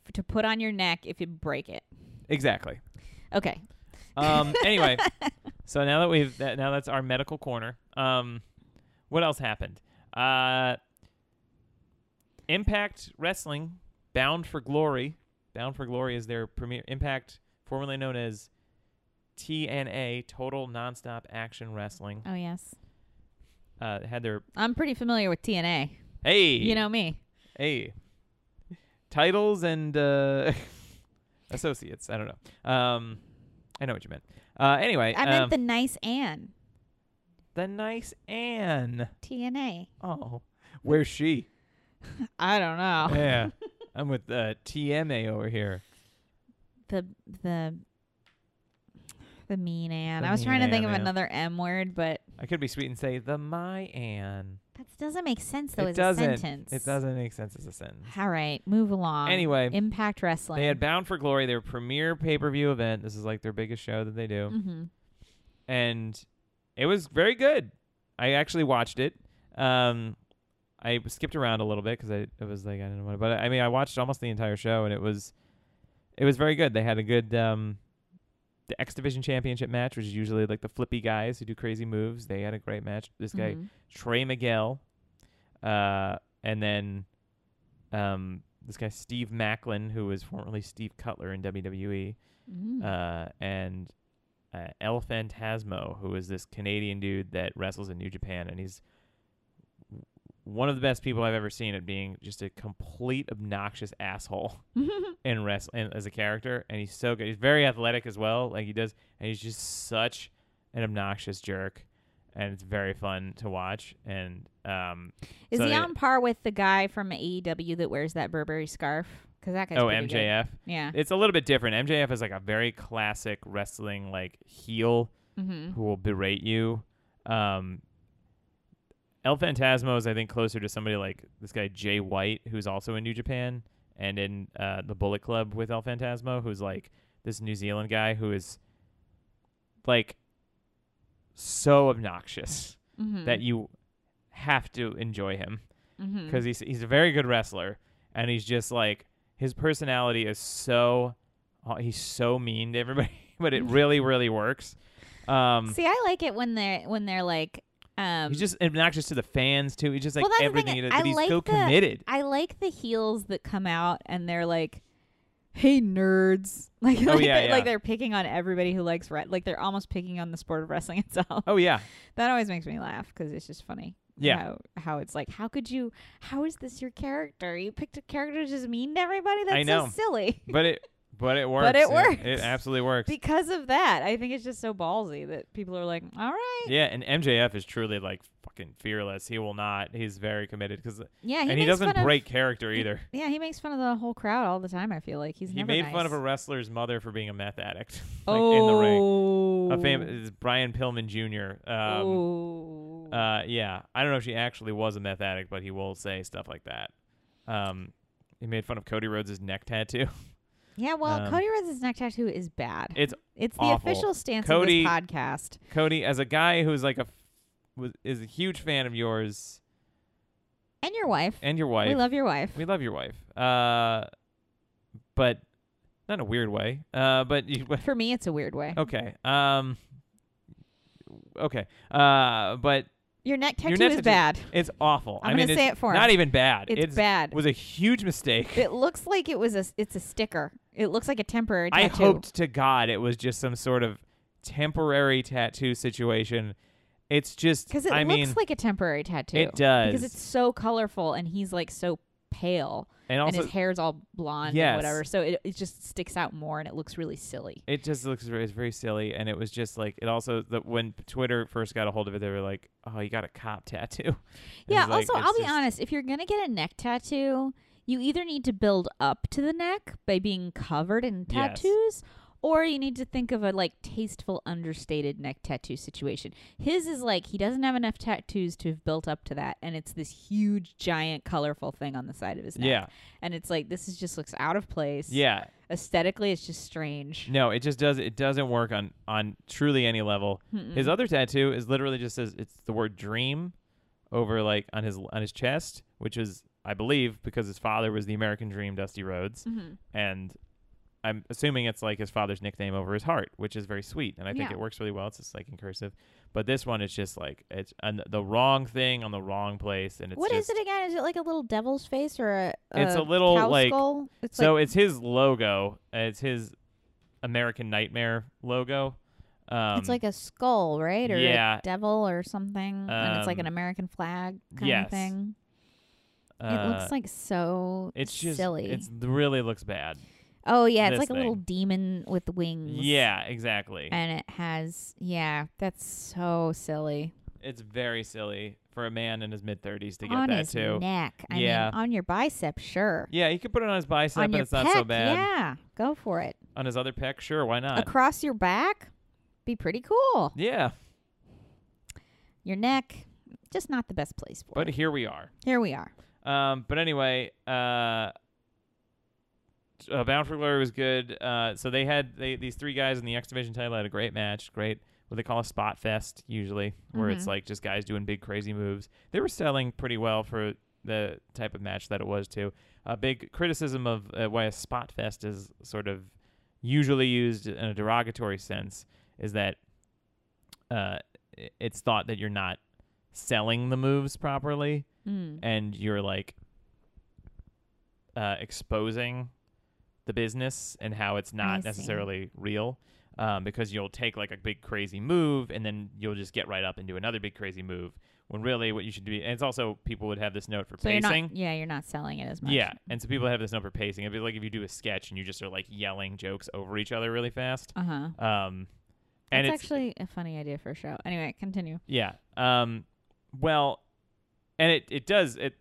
Speaker 2: f- to put on your neck if you break it.
Speaker 3: exactly.
Speaker 2: Okay,
Speaker 3: Um, anyway, so now that we've that, now that's our medical corner. Um, what else happened? Uh, Impact Wrestling, Bound for Glory. Bound for Glory is their premier Impact, formerly known as TNA, Total Nonstop Action Wrestling.
Speaker 2: Oh yes,
Speaker 3: Uh, had their
Speaker 2: I'm pretty familiar with TNA.
Speaker 3: hey,
Speaker 2: You know me.
Speaker 3: hey, titles and uh, associates. I don't know. Um, I know what you meant. Uh, anyway,
Speaker 2: I
Speaker 3: um,
Speaker 2: meant the nice Anne
Speaker 3: The nice Anne.
Speaker 2: TNA.
Speaker 3: Oh, where's she?
Speaker 2: I don't know
Speaker 3: Yeah, I'm with uh, TMA over here.
Speaker 2: the the the mean Anne.
Speaker 3: The
Speaker 2: I was
Speaker 3: mean
Speaker 2: trying to think
Speaker 3: Anne,
Speaker 2: of
Speaker 3: yeah.
Speaker 2: another M word, but
Speaker 3: I could be sweet and say the my Anne.
Speaker 2: that doesn't make sense though.
Speaker 3: it
Speaker 2: as
Speaker 3: doesn't.
Speaker 2: a sentence. Um,
Speaker 3: It doesn't make sense as a sentence.
Speaker 2: All right, move along.
Speaker 3: Anyway,
Speaker 2: Impact Wrestling.
Speaker 3: They had Bound for Glory, their premier pay per view event. This is like their biggest show that they do,
Speaker 2: mm-hmm.
Speaker 3: and it was very good. I actually watched it. Um, I skipped around a little bit because I it was like I didn't want to, but I mean I watched almost the entire show and it was it was very good. They had a good um the X Division Championship match, which is usually like the flippy guys who do crazy moves. They had a great match. This guy
Speaker 2: Mhm.
Speaker 3: Trey Miguel, uh, and then um this guy Steve Macklin, who was formerly Steve Cutler in E. WWE
Speaker 2: Mm.
Speaker 3: uh, and uh, El Fantasmo, who is this Canadian dude that wrestles in New Japan, and he's w- one of the best people I've ever seen at being just a complete obnoxious asshole in wrestling as a character, and he's so good. He's very athletic as well, like he does, and he's just such an obnoxious jerk, and it's very fun to watch. And um,
Speaker 2: Is
Speaker 3: so
Speaker 2: he
Speaker 3: they-
Speaker 2: on par with the guy from AEW that wears that Burberry scarf? Because that guy's
Speaker 3: oh
Speaker 2: pretty good.
Speaker 3: MJF,
Speaker 2: Yeah.
Speaker 3: it's a little bit different. MJF is like a very classic wrestling like heel
Speaker 2: hmm
Speaker 3: who will berate you. Um, El Fantasmo is, I think, closer to somebody like this guy Jay White, who's also in New Japan and in uh, the Bullet Club with El Fantasmo, who's like this New Zealand guy who is like so obnoxious
Speaker 2: hmm
Speaker 3: that you have to enjoy him
Speaker 2: hmm
Speaker 3: because he's he's a very good wrestler, and he's just like his personality is so oh, he's so mean to everybody, but it really really works. Um,
Speaker 2: See, I like it when they're when they're like. Um,
Speaker 3: he's just obnoxious to the fans too. He's just like
Speaker 2: Well, that's the thing,
Speaker 3: everything. he does,
Speaker 2: I
Speaker 3: but he's
Speaker 2: like
Speaker 3: so
Speaker 2: the-
Speaker 3: committed.
Speaker 2: I like the heels that come out and they're like, "Hey nerds!" Like,
Speaker 3: Oh,
Speaker 2: like,
Speaker 3: yeah,
Speaker 2: they're,
Speaker 3: yeah.
Speaker 2: like they're picking on everybody who likes re- like they're almost picking on the sport of wrestling itself.
Speaker 3: Oh yeah,
Speaker 2: That always makes me laugh because it's just funny.
Speaker 3: Yeah.
Speaker 2: How, how it's like, how could you? How is this your character? You picked a character that's just mean to everybody. That's
Speaker 3: know.
Speaker 2: so silly.
Speaker 3: but it But it works.
Speaker 2: But it works.
Speaker 3: It, absolutely works.
Speaker 2: because of that. I think it's just so ballsy that people are like, all right.
Speaker 3: yeah, and MJF is truly like fucking fearless. He will not. He's very committed because,
Speaker 2: Yeah, he
Speaker 3: and he
Speaker 2: makes
Speaker 3: doesn't
Speaker 2: fun
Speaker 3: break
Speaker 2: Of,
Speaker 3: character
Speaker 2: he-
Speaker 3: either.
Speaker 2: yeah, he makes fun of the whole crowd all the time. I feel like he's
Speaker 3: he
Speaker 2: never
Speaker 3: made fun of a
Speaker 2: nice.
Speaker 3: wrestler's mother for being a meth addict, like
Speaker 2: oh,
Speaker 3: in the ring. A fam- is Brian Pillman Jr. Um,
Speaker 2: oh.
Speaker 3: uh, yeah, I don't know if she actually was a meth addict, but he will say stuff like that. Um, he made fun of Cody Rhodes' neck tattoo.
Speaker 2: yeah, well,
Speaker 3: um,
Speaker 2: Cody Rhodes' neck tattoo is bad.
Speaker 3: It's
Speaker 2: it's the
Speaker 3: awful.
Speaker 2: official stance of
Speaker 3: Cody-
Speaker 2: this podcast.
Speaker 3: Cody, as a guy who's like a f- was, is a huge fan of yours
Speaker 2: And your wife.
Speaker 3: and your wife.
Speaker 2: We love your wife.
Speaker 3: We love your wife. Uh, but not in a weird way. Uh, but you, but-
Speaker 2: For me, it's a weird way.
Speaker 3: okay. Um, okay. Uh, but
Speaker 2: Your neck tattoo
Speaker 3: your neck
Speaker 2: is
Speaker 3: tattoo-
Speaker 2: bad.
Speaker 3: It's awful.
Speaker 2: I'm
Speaker 3: I mean,
Speaker 2: gonna
Speaker 3: it's
Speaker 2: say it for him.
Speaker 3: Not even bad.
Speaker 2: It's
Speaker 3: It's-
Speaker 2: bad.
Speaker 3: Was a huge mistake.
Speaker 2: it looks like it was a. It's a sticker. It looks like a temporary
Speaker 3: I
Speaker 2: tattoo.
Speaker 3: hoped to God it was just some sort of temporary tattoo situation. It's just.
Speaker 2: because it
Speaker 3: I
Speaker 2: looks
Speaker 3: mean,
Speaker 2: like a temporary tattoo.
Speaker 3: it does.
Speaker 2: because it's so colorful and he's like so pale
Speaker 3: and also
Speaker 2: and his hair's all blonde and
Speaker 3: Yes.
Speaker 2: whatever. So it it just sticks out more and it looks really silly.
Speaker 3: It just looks very, it's very silly, and it was just like it also the, when Twitter first got a hold of it, they were like, "Oh, you got a cop tattoo."
Speaker 2: Yeah.
Speaker 3: It's like-
Speaker 2: Also, I'll
Speaker 3: it's
Speaker 2: be
Speaker 3: just-
Speaker 2: honest. If you're gonna get a neck tattoo, you either need to build up to the neck by being covered in
Speaker 3: Yes.
Speaker 2: tattoos, or you need to think of a like tasteful, understated neck tattoo situation. His is like he doesn't have enough tattoos to have built up to that, and it's this huge, giant, colorful thing on the side of his neck.
Speaker 3: Yeah,
Speaker 2: And it's like this is just looks out of place.
Speaker 3: yeah.
Speaker 2: Aesthetically, it's just strange.
Speaker 3: No, it just does. It doesn't work on on truly any level.
Speaker 2: Mm.
Speaker 3: His other tattoo is literally just says it's the word "dream" over like on his on his chest, which is I believe because his father was the American Dream, Dusty Rhodes,
Speaker 2: Mm-hmm.
Speaker 3: and I'm assuming it's like his father's nickname over his heart, which is very sweet, and I think
Speaker 2: Yeah.
Speaker 3: it works really well. It's just like in cursive, but this one is just like it's an, the wrong thing on the wrong place, and it's
Speaker 1: What is
Speaker 3: just,
Speaker 1: it again? Is it like a little devil's face or a?
Speaker 3: It's a little,
Speaker 1: cow
Speaker 3: like-
Speaker 1: skull? It's
Speaker 3: so
Speaker 1: like,
Speaker 3: it's his logo, uh, it's his American Nightmare logo. Um,
Speaker 1: it's like a skull, right? Or
Speaker 3: yeah.
Speaker 1: a devil or something, and it's like an
Speaker 3: Um,
Speaker 1: American flag kind
Speaker 3: yes.
Speaker 1: of thing. it
Speaker 3: uh,
Speaker 1: looks like so
Speaker 3: it's just
Speaker 1: silly.
Speaker 3: It's really looks bad.
Speaker 1: oh yeah, it's like
Speaker 3: this
Speaker 1: a little
Speaker 3: thing.
Speaker 1: demon with wings.
Speaker 3: Yeah, exactly.
Speaker 1: and it has yeah, that's so silly.
Speaker 3: it's very silly for a man in his mid thirties to get
Speaker 1: on
Speaker 3: that
Speaker 1: his
Speaker 3: too.
Speaker 1: neck. I
Speaker 3: Yeah.
Speaker 1: mean, on your bicep, sure.
Speaker 3: Yeah, he could put it on his bicep,
Speaker 1: on
Speaker 3: and
Speaker 1: your
Speaker 3: it's not so
Speaker 1: pec,
Speaker 3: bad. Uh,
Speaker 1: Yeah, go for it.
Speaker 3: On his other pec, sure, why not?
Speaker 1: Across your back, be pretty cool.
Speaker 3: Yeah,
Speaker 1: Your neck, just not the best place for
Speaker 3: but
Speaker 1: it.
Speaker 3: here we are.
Speaker 1: Here we are.
Speaker 3: Um, but anyway, uh, t- uh, Bound for Glory was good. Uh, so they had they, these three guys in the X Division title had a great match. Great, what they call a spot fest usually, where it's
Speaker 1: Mhm.
Speaker 3: like just guys doing big crazy moves. They were selling pretty well for the type of match that it was too. A big criticism of uh, why a spot fest is sort of usually used in a derogatory sense is that uh, i- it's thought that you're not selling the moves properly
Speaker 1: Hmm.
Speaker 2: Mm.
Speaker 3: and you're like uh, exposing the business and how it's
Speaker 1: I
Speaker 3: not
Speaker 1: see.
Speaker 3: necessarily real um, because you'll take like a big crazy move and then you'll just get right up and do another big crazy move when really what you should be and it's also people would have this note for
Speaker 2: So you're
Speaker 3: pacing
Speaker 2: not. Yeah, you're not selling it as much.
Speaker 3: yeah and so people have this note for pacing it'd be like if you do a sketch and you just are like yelling jokes over each other really fast
Speaker 2: Uh
Speaker 1: Uh-huh.
Speaker 2: huh.
Speaker 3: um, and
Speaker 2: That's
Speaker 3: it's
Speaker 2: actually a funny idea for a show. Anyway, continue.
Speaker 3: Yeah. Um. Well, and it it does it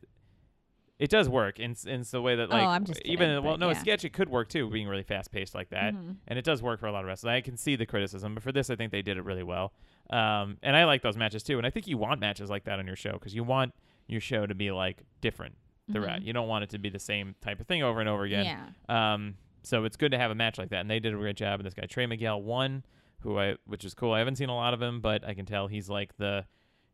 Speaker 3: it does work in s- in s- the way that
Speaker 2: Oh,
Speaker 3: like
Speaker 2: I'm just
Speaker 3: even
Speaker 2: kidding,
Speaker 3: well
Speaker 2: but
Speaker 3: no a
Speaker 2: yeah.
Speaker 3: sketch it could work too being really fast paced like that
Speaker 1: Mm-hmm.
Speaker 2: Mhm.
Speaker 3: and it does work for a lot of wrestlers. I can see the criticism, but for this I think they did it really well. Um. And I like those matches too, and I think you want matches like that on your show because you want your show to be like different
Speaker 1: Mm-hmm.
Speaker 3: throughout.
Speaker 2: Mhm.
Speaker 3: You don't want it to be the same type of thing over and over again.
Speaker 2: Yeah.
Speaker 3: Um, so it's good to have a match like that, and they did a great job. And this guy Trey Miguel won, who I, which is cool. I haven't seen a lot of him, but I can tell he's like the,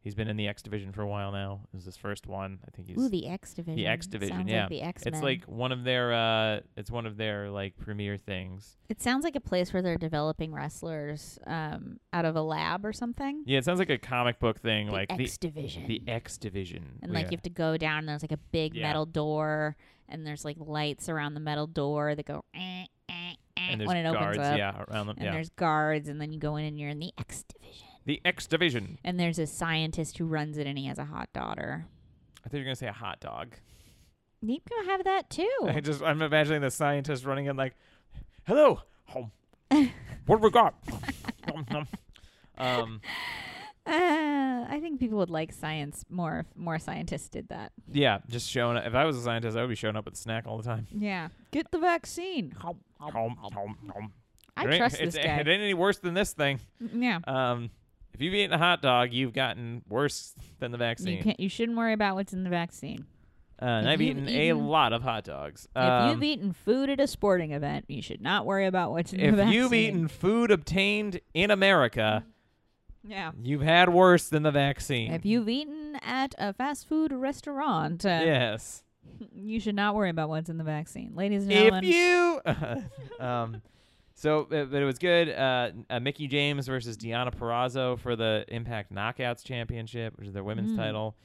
Speaker 3: he's been in the X division for a while now. This is his first one. I think he's.
Speaker 1: Ooh, the X division.
Speaker 3: X division,
Speaker 1: Sounds
Speaker 3: yeah.
Speaker 1: Like the X.
Speaker 3: it's like one of their, uh, it's one of their like premier things.
Speaker 1: it sounds like a place where they're developing wrestlers um, out of a lab or something.
Speaker 3: Yeah, it sounds like a comic book thing,
Speaker 1: The
Speaker 3: like
Speaker 1: X division.
Speaker 3: the the X division.
Speaker 1: and like
Speaker 3: Yeah.
Speaker 1: you have to go down and there's like a big
Speaker 3: Yeah.
Speaker 1: metal door and there's like lights around the metal door that go eh, eh, eh,
Speaker 3: and there's
Speaker 1: when it opens
Speaker 3: guards,
Speaker 1: up
Speaker 3: yeah, around them,
Speaker 1: and
Speaker 3: yeah.
Speaker 1: there's guards and then you go in and you're in the X division
Speaker 3: The X division.
Speaker 1: and there's a scientist who runs it and he has a hot daughter.
Speaker 3: I thought you were gonna say a hot dog.
Speaker 1: You can have that too.
Speaker 2: Oh.
Speaker 3: I just, I'm imagining the scientist running in like, Hello. Um, what do we got? Nom, nom. um,
Speaker 2: Uh, I think people would like science more if more scientists did that.
Speaker 3: yeah, just showing up. If I was a scientist, I would be showing up with a snack all the time.
Speaker 2: Yeah. Get the vaccine.
Speaker 3: Nom, nom, nom, nom.
Speaker 2: I
Speaker 3: It ain't-
Speaker 2: trust
Speaker 3: it's-
Speaker 2: this guy. Mm,
Speaker 3: It ain't any worse than this thing.
Speaker 2: yeah.
Speaker 3: Um, if you've eaten a hot dog, you've gotten worse than the vaccine.
Speaker 2: You can't you shouldn't worry about what's in the vaccine.
Speaker 3: Uh, and
Speaker 2: If
Speaker 3: I've
Speaker 2: you've
Speaker 3: eaten, a
Speaker 2: eaten-
Speaker 3: lot of hot dogs.
Speaker 2: if
Speaker 3: Um,
Speaker 2: you've eaten food at a sporting event, you should not worry about what's in the
Speaker 3: if
Speaker 2: vaccine.
Speaker 3: you've eaten food obtained in America,
Speaker 2: Yeah.
Speaker 3: you've had worse than the vaccine.
Speaker 2: If you've eaten at a fast food restaurant, uh,
Speaker 3: yes.
Speaker 2: you should not worry about what's in the vaccine. Ladies and
Speaker 3: If
Speaker 2: gentlemen,
Speaker 3: you. um, so, uh, but it was good. Uh, uh, Mickey James versus Deanna Perrazzo for the Impact Knockouts Championship, which is their women's
Speaker 2: Mm.
Speaker 3: title,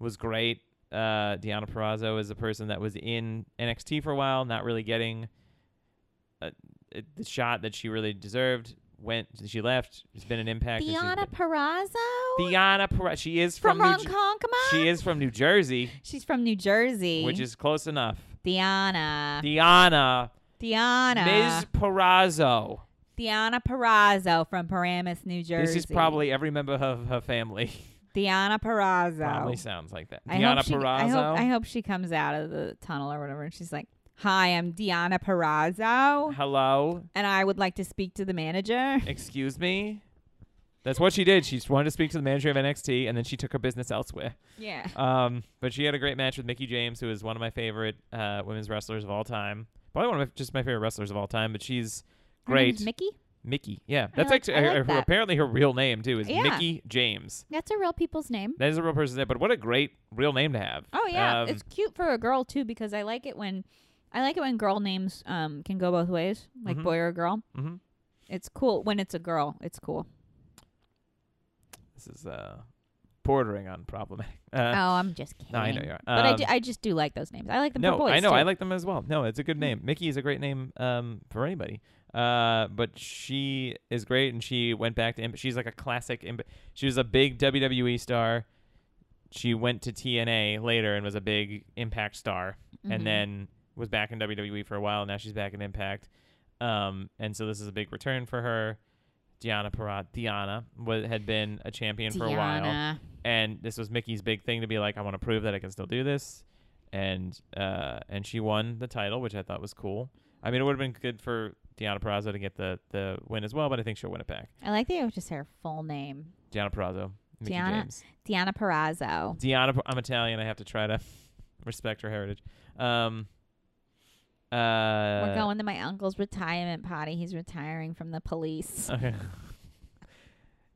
Speaker 3: was great. Uh, Deanna Perrazzo is a person that was in NXT for a while, not really getting uh, uh, the shot that she really deserved. Went, she left. It's been an impact. and she's
Speaker 1: Diana
Speaker 3: been-
Speaker 1: Perrazzo?
Speaker 3: Deanna Perez. She is
Speaker 2: from,
Speaker 3: from, New
Speaker 2: Hong
Speaker 3: Jer-
Speaker 2: Kong, come on.
Speaker 3: She is from New Jersey,
Speaker 2: She's from New Jersey.
Speaker 3: which is close enough.
Speaker 2: Diana.
Speaker 3: Deanna,
Speaker 2: Diana.
Speaker 3: Ms. Perazzo.
Speaker 2: Diana Perrazzo from Paramus, New Jersey.
Speaker 3: This is probably every member of her family.
Speaker 2: Diana Perrazzo.
Speaker 3: Probably sounds like that.
Speaker 2: I
Speaker 3: Deanna
Speaker 2: hope she, I
Speaker 3: Perazzo.
Speaker 2: hope, I hope she comes out of the tunnel or whatever, and she's like, "Hi, I'm Diana Perrazzo,
Speaker 3: Hello,
Speaker 2: and I would like to speak to the manager."
Speaker 3: excuse me. That's what she did. She just wanted to speak to the manager of NXT, and then she took her business elsewhere.
Speaker 2: Yeah.
Speaker 3: Um, but she had a great match with Mickey James, who is one of my favorite uh, women's wrestlers of all time. Probably one of my, just my favorite wrestlers of all time. But she's
Speaker 2: Her name's
Speaker 3: great.
Speaker 2: Mickey.
Speaker 3: Mickey. Yeah,
Speaker 1: I
Speaker 3: that's
Speaker 1: like-
Speaker 3: actually
Speaker 1: I
Speaker 3: her-
Speaker 1: like
Speaker 3: her-
Speaker 1: that.
Speaker 3: apparently her real name too is
Speaker 2: Yeah.
Speaker 3: Mickey James.
Speaker 1: That's a real people's name.
Speaker 3: That is a real person's name, but what a great real name to have.
Speaker 2: Oh yeah,
Speaker 3: Um,
Speaker 2: it's cute for a girl too because I like it when, I like it when girl names um can go both ways, like
Speaker 3: Mhm.
Speaker 2: boy or girl.
Speaker 3: mhm.
Speaker 2: It's cool when it's a girl. It's cool.
Speaker 3: This is uh, bordering on problematic. Uh,
Speaker 1: oh, I'm just kidding.
Speaker 3: no, I know you are.
Speaker 2: But I,
Speaker 3: Um,
Speaker 2: do, I just do like those names. I like them
Speaker 3: no,
Speaker 2: for boys.
Speaker 3: I know.
Speaker 2: too. Mm.
Speaker 3: I like them as well. No, it's a good name. Mickey is a great name um, for anybody. Uh, but she is great, and she went back to. Imp- she's like a classic. Imp- she was a big WWE star. She went to TNA later and was a big Impact star.
Speaker 2: Mhm.
Speaker 3: and then was back in WWE for a while. Now she's back in Impact, um, and so this is a big return for her. Diana Parat, Diana was, had been a champion for a while,
Speaker 2: Diana.
Speaker 3: and this was Mickey's big thing to be like, I want to prove that I can still do this, and uh, and she won the title, which I thought was cool. I mean, it would have been good for Diana Perazzo to get the the win as well, but I think she'll win it back.
Speaker 2: I like that it was just her full name,
Speaker 3: Diana Perazzo, Mickey
Speaker 2: Diana-
Speaker 3: James,
Speaker 2: Diana Perrazzo.
Speaker 3: Diana, P- I'm Italian. I have to try to respect her heritage. Um, uh,
Speaker 2: We're going to my uncle's retirement party. He's retiring from the police.
Speaker 3: Okay.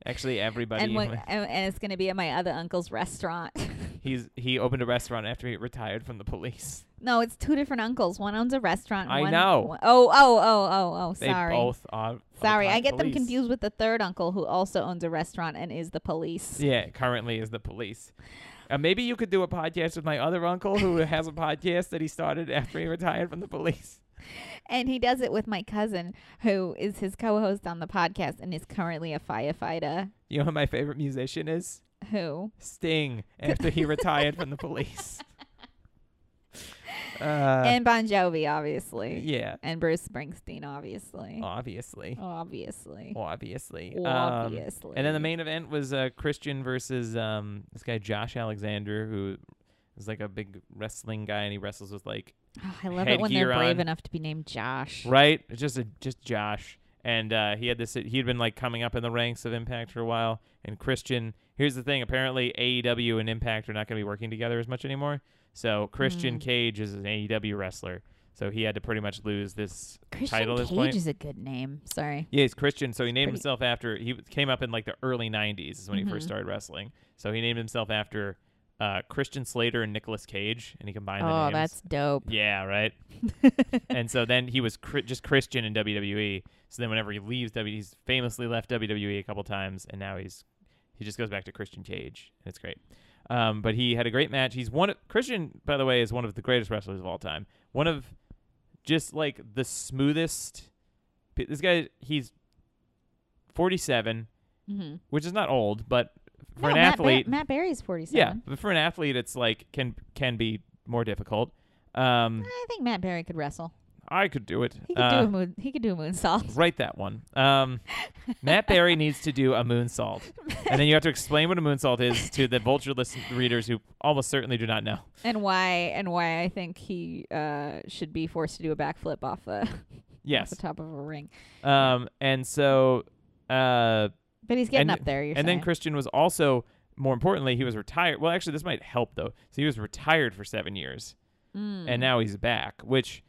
Speaker 3: Actually, everybody.
Speaker 2: and, what, and, and it's going to be at my other uncle's restaurant.
Speaker 3: he's he opened a restaurant after he retired from the police.
Speaker 2: no, it's two different uncles. One owns a restaurant. and
Speaker 3: I
Speaker 2: one,
Speaker 3: know.
Speaker 2: one- oh, oh, oh, oh, oh. Sorry.
Speaker 3: They both are.
Speaker 2: Sorry,
Speaker 3: are
Speaker 2: I get them
Speaker 3: police.
Speaker 2: confused with the third uncle who also owns a restaurant and is the police.
Speaker 3: Yeah, currently is the police. Uh, maybe you could do a podcast with my other uncle who has a podcast that he started after he retired from the police.
Speaker 2: And he does it with my cousin, who is his co host on the podcast and is currently a firefighter.
Speaker 3: You know who my favorite musician is?
Speaker 2: Who?
Speaker 3: Sting after he retired from the police. Uh,
Speaker 2: and Bon Jovi, obviously.
Speaker 3: yeah,
Speaker 2: And Bruce Springsteen, obviously.
Speaker 3: obviously.
Speaker 2: Obviously.
Speaker 3: Obviously. Um,
Speaker 2: Obviously.
Speaker 3: And then the main event was uh, Christian versus um, this guy Josh Alexander, who is like a big wrestling guy, and he wrestles with like
Speaker 2: Oh, I love it when
Speaker 3: headgear
Speaker 2: they're brave
Speaker 3: on.
Speaker 2: enough to be named Josh.
Speaker 3: right, It's just a just Josh. And uh, he had this. He had been like coming up in the ranks of Impact for a while. And Christian, here's the thing: apparently AEW and Impact are not going to be working together as much anymore. So Christian
Speaker 2: Mm.
Speaker 3: Cage is an AEW wrestler. So he had to pretty much lose this
Speaker 2: Christian
Speaker 3: title at this
Speaker 2: Cage
Speaker 3: point.
Speaker 2: is a good name. Sorry.
Speaker 3: Yeah, he's Christian. So he named
Speaker 2: Pretty-
Speaker 3: himself after he w- came up in like the early '90s is when he first
Speaker 2: Mhm.
Speaker 3: started wrestling. So he named himself after uh, Christian Slater and Nicolas Cage, and he combined the
Speaker 2: Oh,
Speaker 3: names.
Speaker 2: that's dope.
Speaker 3: yeah, right. and so then he was cri- just Christian in WWE. So then whenever he leaves WWE, he's famously left WWE a couple times, and now he's he just goes back to Christian Cage, and it's great. Um, but he had a great match. He's one of, Christian, by the way, is one of the greatest wrestlers of all time. One of just like the smoothest. pe- This guy, he's 47,
Speaker 2: Mm-hmm.
Speaker 3: which is not old, but for
Speaker 2: no,
Speaker 3: an
Speaker 2: Matt, Ba-
Speaker 3: athlete,
Speaker 2: Matt Barry's 47.
Speaker 3: yeah, but for an athlete, it's like can can be more difficult. Um,
Speaker 2: I think Matt Barry could wrestle.
Speaker 3: I could do it. Uh,
Speaker 2: He could do a moon. He could do a moonsault.
Speaker 3: Write that one. Um, Matt Berry needs to do a moonsault, and then you have to explain what a moonsault is to the vulture listen- readers who almost certainly do not know.
Speaker 2: and why? And why I think he uh, should be forced to do a backflip off the off
Speaker 3: Yes.
Speaker 2: the top of a ring.
Speaker 3: Um, and so, uh,
Speaker 2: But he's getting
Speaker 3: And-
Speaker 2: up there. You're
Speaker 3: and
Speaker 2: saying.
Speaker 3: then Christian was also more importantly he was retired. Well, actually, this might help though. So he was retired for seven years,
Speaker 2: Mm.
Speaker 3: and now he's back, which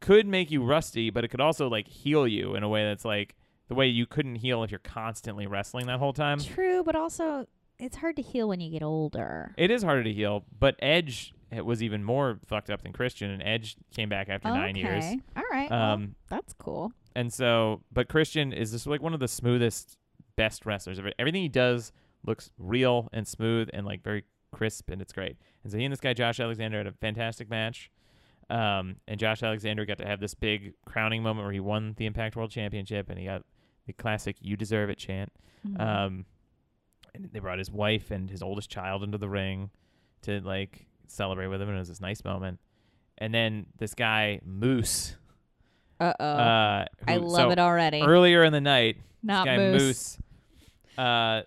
Speaker 3: could make you rusty, but it could also like heal you in a way that's like the way you couldn't heal if you're constantly wrestling that whole time.
Speaker 2: True, but also it's hard to heal when you get older.
Speaker 3: It is harder to heal, but Edge it was even more fucked up than Christian, and Edge came back after nine years.
Speaker 2: Okay. All right. well,
Speaker 3: Um,
Speaker 2: that's cool.
Speaker 3: and so, but Christian is just like one of the smoothest, best wrestlers. Every- Everything he does looks real and smooth and like very crisp, and it's great. And so he and this guy Josh Alexander had a fantastic match. Um, and Josh Alexander got to have this big crowning moment where he won the Impact World Championship, and he got the classic "You deserve it" chant.
Speaker 2: Mm-hmm. Hmm.
Speaker 3: Um, and they brought his wife and his oldest child into the ring to like celebrate with him, and it was this nice moment. And then this guy Moose,
Speaker 2: uh oh.
Speaker 3: uh,
Speaker 2: I
Speaker 3: who-
Speaker 2: love
Speaker 3: so
Speaker 2: it already.
Speaker 3: Earlier in the night,
Speaker 2: Not
Speaker 3: this guy
Speaker 2: moose.
Speaker 3: Moose, uh,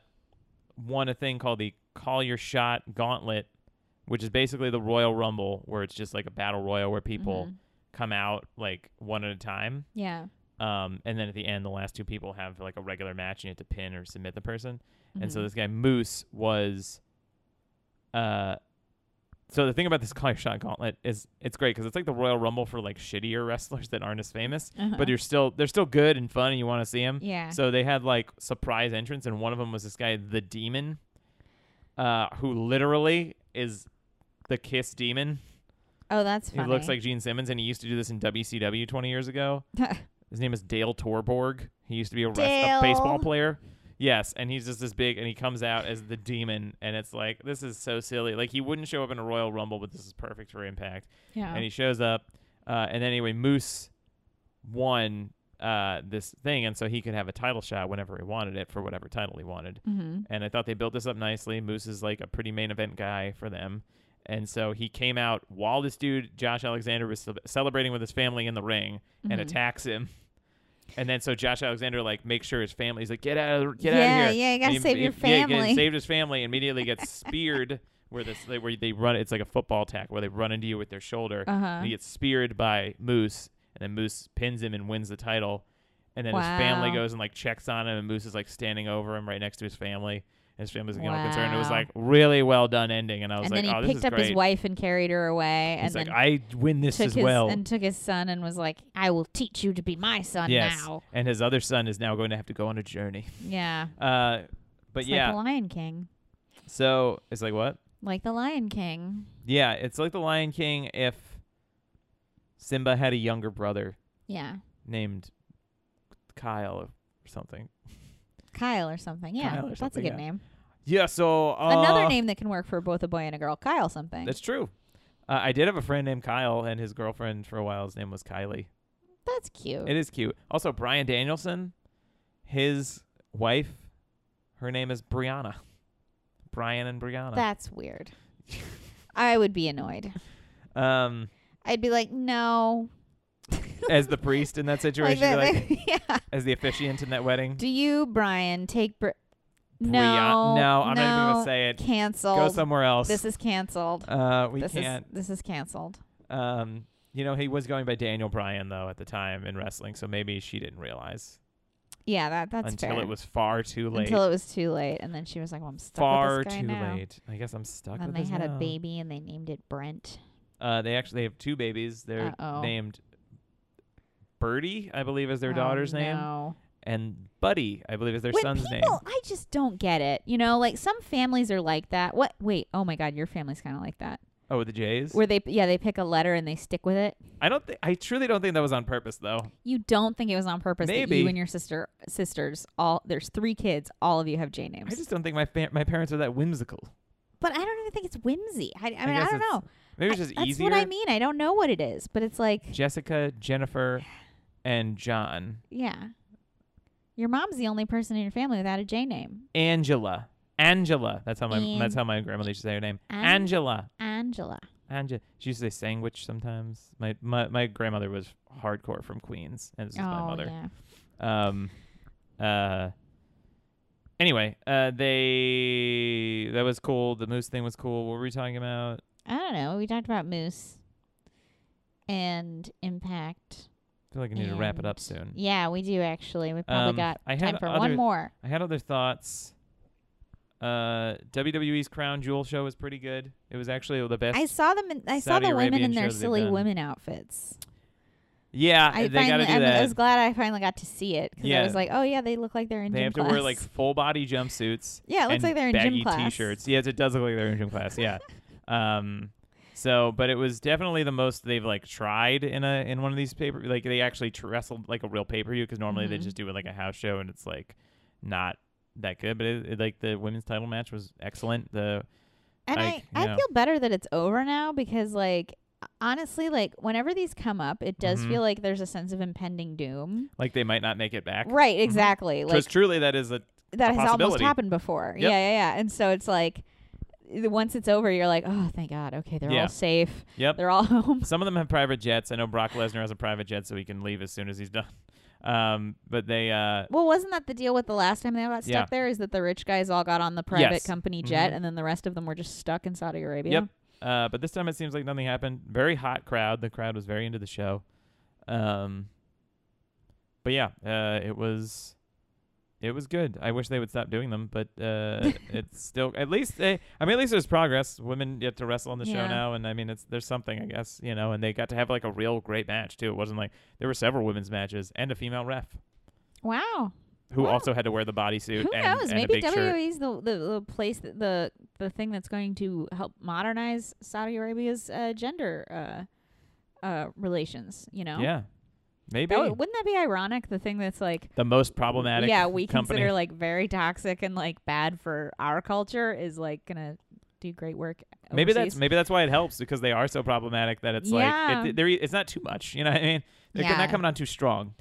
Speaker 3: won a thing called the Call Your Shot Gauntlet, which is basically the Royal Rumble, where it's just like a battle royal where people
Speaker 2: Mhm.
Speaker 3: come out like one at a time.
Speaker 2: Yeah.
Speaker 3: Um, and then at the end, the last two people have like a regular match, and you have to pin or submit the person. And so
Speaker 2: Mhm.
Speaker 3: this guy Moose was, uh, so the thing about this Call Your Shot Gauntlet is it's great because it's like the Royal Rumble for like shittier wrestlers that aren't as famous,
Speaker 2: Uh-huh.
Speaker 3: but you're still they're still good and fun, and you want to see them.
Speaker 2: yeah.
Speaker 3: So they had like surprise entrance, and one of them was this guy, the Demon, uh, who literally is the Kiss Demon.
Speaker 2: oh, that's funny.
Speaker 3: He looks like Gene Simmons, and he used to do this in WCW 20 years ago. His name is Dale Torborg. He used to be a, wrest- a
Speaker 2: Dale.
Speaker 3: baseball player. Yes, and he's just this big, and he comes out as the demon, and it's like this is so silly. Like he wouldn't show up in a Royal Rumble, but this is perfect for Impact.
Speaker 2: yeah.
Speaker 3: And he shows up, uh, and anyway, Moose won uh, this thing, and so he could have a title shot whenever he wanted it for whatever title he wanted.
Speaker 2: mm-hmm.
Speaker 3: And I thought they built this up nicely. Moose is like a pretty main event guy for them. And so he came out while this dude, Josh Alexander, was ce- celebrating with his family in the ring and
Speaker 2: Mhm.
Speaker 3: attacks him. And then so Josh Alexander like makes sure his family he's like get out of get
Speaker 2: yeah,
Speaker 3: out of here.
Speaker 2: Yeah, you
Speaker 3: And
Speaker 2: gotta
Speaker 3: he-
Speaker 2: save
Speaker 3: he-
Speaker 2: your
Speaker 3: yeah, he get-
Speaker 2: family.
Speaker 3: saved his family. Immediately gets speared where this they, where they run. It's like a football tackle where they run into you with their shoulder.
Speaker 2: uh
Speaker 3: And
Speaker 2: huh.
Speaker 3: he gets speared by Moose, and then Moose pins him and wins the title. And then his family
Speaker 2: Wow.
Speaker 3: goes and like checks on him, and Moose is like standing over him right next to his family. And his family's like, all concerned. It was
Speaker 2: Wow.
Speaker 3: like really well done ending, and I was
Speaker 2: And
Speaker 3: like,
Speaker 2: then he
Speaker 3: oh, this
Speaker 2: picked
Speaker 3: is
Speaker 2: up
Speaker 3: great.
Speaker 2: his wife and carried her away,
Speaker 3: He's
Speaker 2: and
Speaker 3: like,
Speaker 2: then
Speaker 3: I win this
Speaker 2: took
Speaker 3: as
Speaker 2: his
Speaker 3: well.
Speaker 2: and took his son and was like, "I will teach you to be my son
Speaker 3: yes,
Speaker 2: now."
Speaker 3: and his other son is now going to have to go on a journey.
Speaker 2: Yeah.
Speaker 3: Uh, but
Speaker 2: it's
Speaker 3: yeah,
Speaker 2: like the Lion King,
Speaker 3: so it's like what?
Speaker 2: like the Lion King.
Speaker 3: Yeah, it's like the Lion King if Simba had a younger brother
Speaker 2: Yeah,
Speaker 3: named Kyle or something.
Speaker 2: Kyle or something. Yeah,
Speaker 3: Kyle or
Speaker 2: that's
Speaker 3: something,
Speaker 2: a
Speaker 3: yeah.
Speaker 2: good name.
Speaker 3: Yeah, so uh,
Speaker 2: Another name that can work for both a boy and a girl, Kyle something.
Speaker 3: That's true. Uh, I did have a friend named Kyle, and his girlfriend for a while, his name was Kylie.
Speaker 2: That's cute.
Speaker 3: It is cute. Also, Brian Danielson, his wife, her name is Brianna. Brian and Brianna.
Speaker 2: That's weird. I would be annoyed.
Speaker 3: um,
Speaker 2: I'd be like, no.
Speaker 3: as the priest in that situation, you're like,
Speaker 2: yeah.
Speaker 3: as the officiant in that wedding.
Speaker 2: Do you, Brian, take Bri-
Speaker 3: Brian-
Speaker 2: no,
Speaker 3: no, I'm not even
Speaker 2: no,
Speaker 3: gonna say it. Go
Speaker 2: Canceled.
Speaker 3: somewhere else.
Speaker 2: this is canceled.
Speaker 3: uh, we
Speaker 2: this
Speaker 3: can't.
Speaker 2: is this is canceled.
Speaker 3: Um, you know, he was going by Daniel Bryan though at the time in wrestling, so maybe she didn't realize
Speaker 2: Yeah, that that's
Speaker 3: until
Speaker 2: fair.
Speaker 3: it was far too late.
Speaker 2: Until it was too late, and then she was like, "Well, I'm stuck
Speaker 3: far
Speaker 2: with this guy
Speaker 3: too
Speaker 2: now."
Speaker 3: late. I guess I'm stuck.
Speaker 2: And
Speaker 3: with
Speaker 2: they
Speaker 3: this
Speaker 2: had
Speaker 3: now.
Speaker 2: a baby, and they named it Brent.
Speaker 3: Uh, they actually have two babies. They're
Speaker 2: Uh-oh.
Speaker 3: named Birdie, I believe, is their
Speaker 2: Oh,
Speaker 3: daughter's name,
Speaker 2: no.
Speaker 3: and Buddy, I believe, is their
Speaker 2: when
Speaker 3: son's
Speaker 2: people,
Speaker 3: name.
Speaker 2: I just don't get it. You know, like some families are like that. What? Wait. Oh my God, your family's kind of like that.
Speaker 3: Oh, with the J's.
Speaker 2: Where they, yeah, they pick a letter and they stick with it.
Speaker 3: I don't. Th- I truly don't think that was on purpose, though.
Speaker 2: You don't think it was on purpose that
Speaker 3: Maybe.
Speaker 2: you and your sister sisters all there's three kids, all of you have J names.
Speaker 3: I just don't think my fa- my parents are that whimsical.
Speaker 2: but I don't even think it's whimsy. I, I mean, I,
Speaker 3: guess
Speaker 2: don't
Speaker 3: it's
Speaker 2: know.
Speaker 3: Maybe
Speaker 2: I-
Speaker 3: it's just
Speaker 2: that's
Speaker 3: easier.
Speaker 2: what I mean. I don't know what it is, but it's like,
Speaker 3: Jessica, Jennifer, and John,
Speaker 2: yeah, your mom's the only person in your family without a J name.
Speaker 3: Angela, Angela. That's how my
Speaker 2: An-
Speaker 3: that's how my grandmother used to say her name.
Speaker 2: An-
Speaker 3: Angela.
Speaker 2: Angela.
Speaker 3: Anja. She used to say sandwich sometimes. My my, my grandmother was hardcore from Queens, and this is my mother.
Speaker 2: Oh, yeah.
Speaker 3: Um, uh, anyway, uh, they that was cool. The moose thing was cool. What were we talking about?
Speaker 2: I don't know. We talked about Moose and Impact.
Speaker 3: I feel like I need to wrap it up
Speaker 2: And-
Speaker 3: soon.
Speaker 2: Yeah, we do actually. We probably
Speaker 3: Um,
Speaker 2: got
Speaker 3: I
Speaker 2: time
Speaker 3: had
Speaker 2: for
Speaker 3: other-
Speaker 2: one more.
Speaker 3: I had other thoughts. Uh, WWE's Crown Jewel show was pretty good. It was actually the best.
Speaker 2: I saw them. In, I saw
Speaker 3: Saudi
Speaker 2: the women
Speaker 3: Arabian
Speaker 2: in their
Speaker 3: shows they've
Speaker 2: silly
Speaker 3: done.
Speaker 2: women outfits.
Speaker 3: yeah,
Speaker 2: I
Speaker 3: they got
Speaker 2: finally,
Speaker 3: to do
Speaker 2: I'm- I
Speaker 3: that.
Speaker 2: was glad I finally got to see it because
Speaker 3: Yeah.
Speaker 2: I was like, oh yeah, they look like they're in
Speaker 3: They
Speaker 2: gym
Speaker 3: have to
Speaker 2: class.
Speaker 3: wear like full body jumpsuits.
Speaker 2: yeah, it looks
Speaker 3: and
Speaker 2: like they're in
Speaker 3: baggy
Speaker 2: gym class.
Speaker 3: t-shirts. Yes, it does look like they're in gym class. Yeah. um. So, but it was definitely the most they've like tried in a in one of these paper. Like they actually tr- wrestled like a real pay per view because normally they
Speaker 2: Mhm.
Speaker 3: just do it like a house show and it's like not that good. But it, it- like the women's title match was excellent. The
Speaker 2: And I,
Speaker 3: Like,
Speaker 2: I,
Speaker 3: yeah.
Speaker 2: feel better that it's over now because like honestly, like whenever these come up, it does
Speaker 3: Mhm.
Speaker 2: feel like there's a sense of impending doom.
Speaker 3: like they might not make it back.
Speaker 2: Right, exactly. Like
Speaker 3: Because truly, that is a
Speaker 2: that has almost
Speaker 3: possibility.
Speaker 2: happened before.
Speaker 3: Yep.
Speaker 2: Yeah, yeah, yeah. And so it's like i- once it's over, you're like, oh, thank God. Okay, they're
Speaker 3: Yeah.
Speaker 2: all safe.
Speaker 3: yep.
Speaker 2: They're all home.
Speaker 3: Some of them have private jets. I know Brock Lesnar has a private jet, so he can leave as soon as he's done. Um, but they uh,
Speaker 2: Well, wasn't that the deal with the last time they all got stuck
Speaker 3: Yeah.
Speaker 2: there? Is that the rich guys all got on the private
Speaker 3: Yes.
Speaker 2: company jet,
Speaker 3: Mhm.
Speaker 2: and then the rest of them were just stuck in Saudi Arabia?
Speaker 3: Yep. Uh, but this time it seems like nothing happened. Very hot crowd. The crowd was very into the show. Um, but yeah, uh, it was it was good. I wish they would stop doing them, but uh, it's still at least they, I mean at least there's progress. Women get to wrestle on the show
Speaker 2: Yeah.
Speaker 3: now, and I mean it's there's something I guess you know. And they got to have like a real great match too. It wasn't like there were several women's matches and a female ref
Speaker 2: Wow.
Speaker 3: who
Speaker 2: Wow.
Speaker 3: also had to wear the bodysuit
Speaker 2: Who
Speaker 3: and,
Speaker 2: knows?
Speaker 3: and a
Speaker 2: Maybe
Speaker 3: big shirt.
Speaker 2: WWE's the, the the place that the the thing that's going to help modernize Saudi Arabia's uh, gender uh, uh, relations. You know,
Speaker 3: Yeah, maybe
Speaker 2: That would- wouldn't that be ironic? The thing that's like
Speaker 3: the most problematic.
Speaker 2: Yeah, we
Speaker 3: company.
Speaker 2: consider like very toxic and like bad for our culture is like gonna do great work.
Speaker 3: Maybe that's
Speaker 2: overseas.
Speaker 3: maybe that's why it helps because they are so problematic that it's like
Speaker 2: Yeah.
Speaker 3: it, they're, it's not too much. You know what I mean? They're
Speaker 2: Yeah.
Speaker 3: not coming on too strong.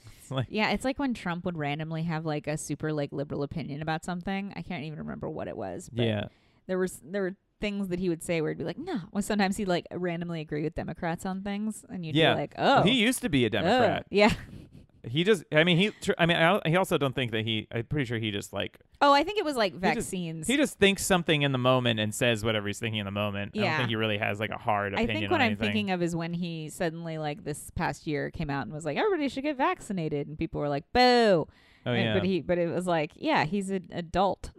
Speaker 2: yeah. It's like when Trump would randomly have like a super like liberal opinion about something. I can't even remember what it was. But
Speaker 3: Yeah,
Speaker 2: there was there were things that he would say where he'd be like, no. Well, sometimes he'd like randomly agree with Democrats on things, and you'd
Speaker 3: Yeah.
Speaker 2: be like, oh,
Speaker 3: he used to be a
Speaker 2: oh,
Speaker 3: Democrat.
Speaker 2: yeah.
Speaker 3: He just, I mean, he, tr- I mean, I, don't- he also don't think that he. I'm pretty sure he just like
Speaker 2: Oh, I think it was like
Speaker 3: just-
Speaker 2: vaccines.
Speaker 3: he just thinks something in the moment and says whatever he's thinking in the moment. I don't
Speaker 2: Yeah.
Speaker 3: think he really has like a hard
Speaker 2: I
Speaker 3: opinion.
Speaker 2: think what
Speaker 3: on
Speaker 2: I'm
Speaker 3: anything.
Speaker 2: thinking of is when he suddenly like this past year came out and was like, everybody should get vaccinated, and people were like, boo.
Speaker 3: Oh
Speaker 2: And-
Speaker 3: yeah,
Speaker 2: But he, but it was like, yeah, he's an adult.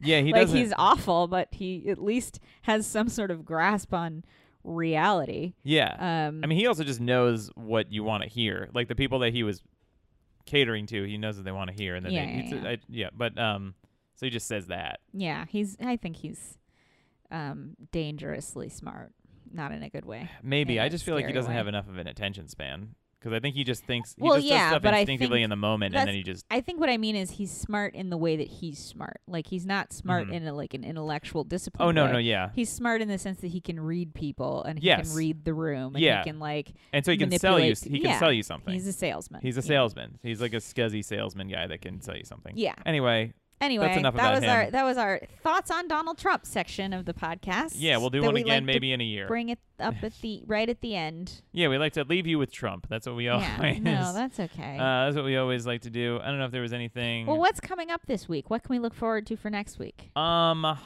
Speaker 3: yeah, he
Speaker 2: like
Speaker 3: doesn't.
Speaker 2: he's awful, but he at least has some sort of grasp on reality.
Speaker 3: yeah,
Speaker 2: Um,
Speaker 3: I mean, he also just knows what you want to hear. Like the people that he was catering to, he knows what they want to hear, and then
Speaker 2: Yeah,
Speaker 3: they,
Speaker 2: yeah,
Speaker 3: it's a-
Speaker 2: yeah.
Speaker 3: I- yeah. But um, so he just says that.
Speaker 2: yeah, he's. I think he's um, dangerously smart, not in a good way.
Speaker 3: Maybe
Speaker 2: in
Speaker 3: I
Speaker 2: a
Speaker 3: just feel like he
Speaker 2: scary
Speaker 3: doesn't
Speaker 2: way.
Speaker 3: have enough of an attention span because I think he just thinks he
Speaker 2: Well,
Speaker 3: just
Speaker 2: yeah,
Speaker 3: does stuff
Speaker 2: but I
Speaker 3: instinctively
Speaker 2: think
Speaker 3: in the moment, and then
Speaker 2: that's-
Speaker 3: he just
Speaker 2: I think what I mean is he's smart in the way that he's smart. Like he's not smart
Speaker 3: Mhm.
Speaker 2: in a, like an intellectual discipline.
Speaker 3: oh no
Speaker 2: way.
Speaker 3: no yeah,
Speaker 2: He's smart in the sense that he can read people and he
Speaker 3: Yes.
Speaker 2: can read the room and
Speaker 3: Yeah.
Speaker 2: he can like
Speaker 3: and so he can sell you
Speaker 2: manipulate-
Speaker 3: s- he can
Speaker 2: yeah.
Speaker 3: sell you something.
Speaker 2: he's a salesman.
Speaker 3: He's a
Speaker 2: Yeah.
Speaker 3: salesman. He's like a scuzzy salesman guy that can sell you something.
Speaker 2: Yeah.
Speaker 3: Anyway,
Speaker 2: Anyway,
Speaker 3: enough
Speaker 2: that
Speaker 3: about
Speaker 2: was our
Speaker 3: him.
Speaker 2: that was our thoughts on Donald Trump section of the podcast.
Speaker 3: yeah, we'll do
Speaker 2: that
Speaker 3: one
Speaker 2: we like
Speaker 3: again
Speaker 2: to
Speaker 3: maybe in a year.
Speaker 2: Bring it up at the right at the end.
Speaker 3: yeah, we like to leave you with Trump. That's what we always.
Speaker 2: yeah, no, that's okay.
Speaker 3: uh, that's what we always like to do. I don't know if there was anything.
Speaker 2: well, what's coming up this week? What can we look forward to for next week?
Speaker 3: Um,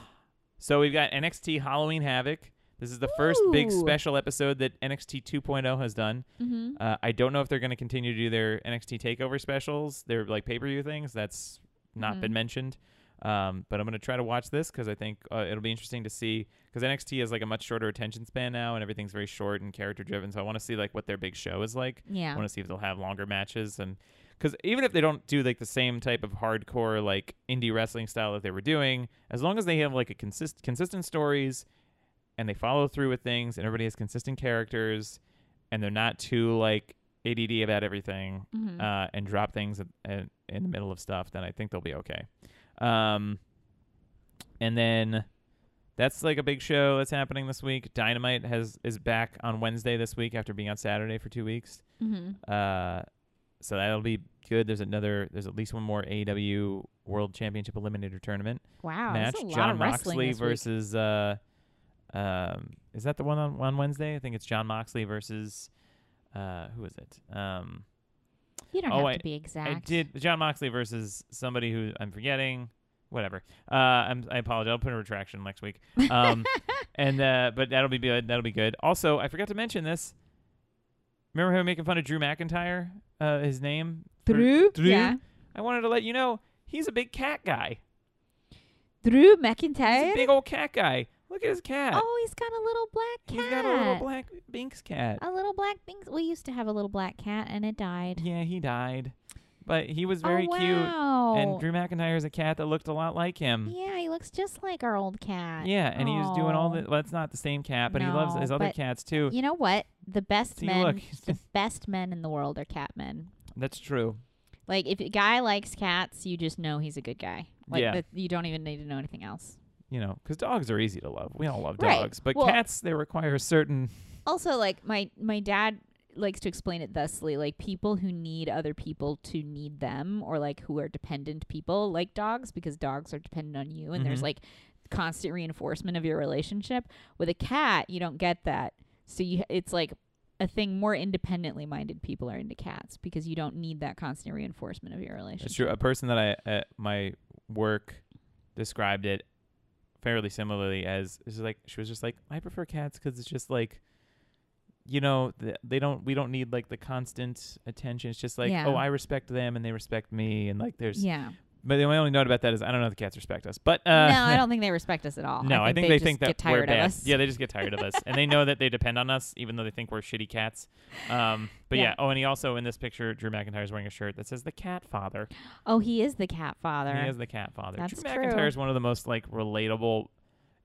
Speaker 3: so we've got NXT Halloween Havoc. This is the first big
Speaker 2: Ooh.
Speaker 3: special episode that NXT 2.0 has done.
Speaker 2: Mm-hmm.
Speaker 3: Uh, I don't know if they're going to continue to do their NXT Takeover specials. They're like pay per view things. That's not
Speaker 2: Mhm.
Speaker 3: been mentioned. Um, but I'm going to try to watch this because I think uh, it'll be interesting to see because NXT has like a much shorter attention span now and everything's very short and character driven. So I want to see like what their big show is like. I
Speaker 2: Yeah.
Speaker 3: want to see if they'll have longer matches and because even if they don't do like the same type of hardcore like indie wrestling style that they were doing, as long as they have like a consist consistent stories and they follow through with things and everybody has consistent characters and they're not too like ADD about everything
Speaker 2: Mhm.
Speaker 3: uh, and drop things at, at, in the middle of stuff, then I think they'll be okay. Um, and then that's like a big show that's happening this week. Dynamite has is back on Wednesday this week after being on Saturday for two weeks.
Speaker 2: Mhm.
Speaker 3: Uh, so that'll be good. There's another. There's at least one more AEW World Championship Eliminator Tournament
Speaker 2: Wow.
Speaker 3: match.
Speaker 2: That's a lot
Speaker 3: John
Speaker 2: of wrestling
Speaker 3: Moxley
Speaker 2: this week.
Speaker 3: versus uh, um, Is that the one on, on Wednesday? I think it's John Moxley versus uh, who is it? Um,
Speaker 2: You don't
Speaker 3: Oh,
Speaker 2: have
Speaker 3: I-
Speaker 2: to be exact.
Speaker 3: I did John Moxley versus somebody who I'm forgetting. Whatever. Uh, I'm, I apologize. I'll put in a retraction next week. Um, and uh, but that'll be good. That'll be good. Also, I forgot to mention this. Remember how we were making fun of Drew McIntyre? Uh, his name. for-
Speaker 5: Drew?
Speaker 3: Drew?
Speaker 5: Yeah.
Speaker 3: I wanted to let you know he's a big cat guy.
Speaker 5: Drew
Speaker 3: He's a
Speaker 5: McIntyre.
Speaker 3: big old cat guy. Look at his cat.
Speaker 2: Oh, he's got a little black cat. Oh.
Speaker 3: He's got a little black Binks cat.
Speaker 2: A little black thing. We used to have a little black cat, and it died.
Speaker 3: Yeah, he died, but he was very
Speaker 2: oh,
Speaker 3: cute.
Speaker 2: wow.
Speaker 3: And Drew McIntyre is a cat that looked a lot like him.
Speaker 2: Yeah, he looks just like our old cat.
Speaker 3: Yeah, and he was doing all
Speaker 2: Aw.
Speaker 3: the. Well, it's not the same cat, but he loves
Speaker 2: No,
Speaker 3: his other
Speaker 2: but-
Speaker 3: cats too.
Speaker 2: You know what? The best
Speaker 3: See,
Speaker 2: men,
Speaker 3: look,
Speaker 2: the best men in the world are cat men.
Speaker 3: that's true.
Speaker 2: Like if a guy likes cats, you just know he's a good guy. Like
Speaker 3: Yeah.
Speaker 2: that you don't even need to know anything else.
Speaker 3: You know, because dogs are easy to love. We all love
Speaker 2: Right.
Speaker 3: dogs, but
Speaker 2: Well-
Speaker 3: cats they require a certain.
Speaker 2: Also, like my my dad likes to explain it thusly: like people who need other people to need them, or like who are dependent people, like dogs, because dogs are dependent on you, and there's
Speaker 3: Mhm.
Speaker 2: like constant reinforcement of your relationship. With a cat, you don't get that, so you it's like a thing more independently minded people are into cats because you don't need that constant reinforcement of your relationship.
Speaker 3: It's true. A person that I at my work described it fairly similarly as it's like she was just like I prefer cats because it's just like. You know, th- they don't. We don't need like the constant attention. It's just like,
Speaker 2: Yeah.
Speaker 3: oh, I respect them and they respect me, and like there's.
Speaker 2: Yeah.
Speaker 3: But the only note about that is I don't know if the cats respect us, but uh,
Speaker 2: no, I don't think they respect us at all.
Speaker 3: No, I think, they,
Speaker 2: just
Speaker 3: think that
Speaker 2: get tired
Speaker 3: we're
Speaker 2: of
Speaker 3: bad.
Speaker 2: us.
Speaker 3: Yeah, they just get tired of us, and they know that they depend on us, even though they think we're shitty cats. Um, but yeah.
Speaker 2: Yeah.
Speaker 3: Oh, and he also in this picture, Drew McIntyre is wearing a shirt that says "The Cat Father."
Speaker 2: Oh, he is the cat father.
Speaker 3: He is the Cat Father.
Speaker 2: That's
Speaker 3: Drew
Speaker 2: true.
Speaker 3: McIntyre is one of the most like relatable.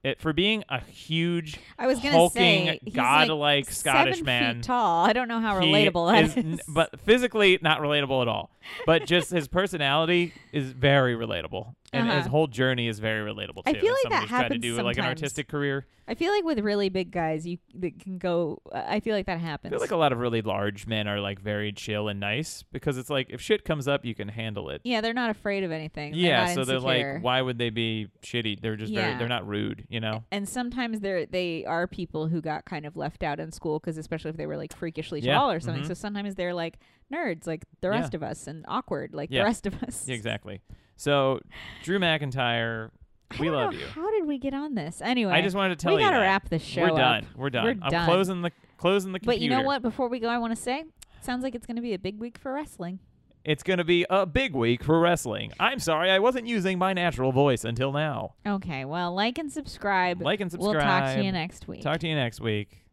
Speaker 3: It, for being a huge,
Speaker 2: I was gonna
Speaker 3: hulking,
Speaker 2: say he's like
Speaker 3: godlike Scottish
Speaker 2: seven
Speaker 3: man,
Speaker 2: feet tall. I don't know how
Speaker 3: he
Speaker 2: relatable that
Speaker 3: is
Speaker 2: is.
Speaker 3: n- but physically not relatable at all. But just his personality is very relatable, and his
Speaker 2: Uh-huh.
Speaker 3: whole journey is very relatable too.
Speaker 2: I feel
Speaker 3: As
Speaker 2: like
Speaker 3: someone
Speaker 2: that
Speaker 3: who's tried to
Speaker 2: happens
Speaker 3: do like an
Speaker 2: sometimes.
Speaker 3: artistic career.
Speaker 2: I feel like with really big guys, you that can go. I feel like that
Speaker 3: I
Speaker 2: happens.
Speaker 3: feel like a lot of really large men are like very chill and nice because it's like if shit comes up, you can handle it.
Speaker 2: yeah, they're not afraid of anything. They're
Speaker 3: yeah,
Speaker 2: not
Speaker 3: so they're
Speaker 2: insecure.
Speaker 3: like, why would they be shitty? They're just very,
Speaker 2: Yeah.
Speaker 3: they're not rude, you know.
Speaker 2: And sometimes they're they are people who got kind of left out in school because especially if they were like freakishly
Speaker 3: Yeah,
Speaker 2: tall or something.
Speaker 3: mhm.
Speaker 2: So sometimes they're like nerds, like the
Speaker 3: Yeah.
Speaker 2: rest of us, and awkward, like
Speaker 3: Yeah.
Speaker 2: the rest of us.
Speaker 3: Yeah, exactly. So, Drew McIntyre,
Speaker 2: I
Speaker 3: we
Speaker 2: don't
Speaker 3: love
Speaker 2: know,
Speaker 3: you.
Speaker 2: How did we get on this? Anyway,
Speaker 3: I just wanted to tell
Speaker 2: we
Speaker 3: you
Speaker 2: gotta
Speaker 3: that.
Speaker 2: wrap this show
Speaker 3: We're
Speaker 2: up.
Speaker 3: done. We're done.
Speaker 2: We're
Speaker 3: I'm
Speaker 2: done.
Speaker 3: closing the closing the computer.
Speaker 2: But you know what? Before we go, I want to say, sounds like it's going to be a big week for wrestling.
Speaker 3: It's going to be a big week for wrestling. I'm sorry, I wasn't using my natural voice until now.
Speaker 2: Okay, well, like and subscribe.
Speaker 3: Like and subscribe.
Speaker 2: We'll talk to you next week.
Speaker 3: Talk to you next week.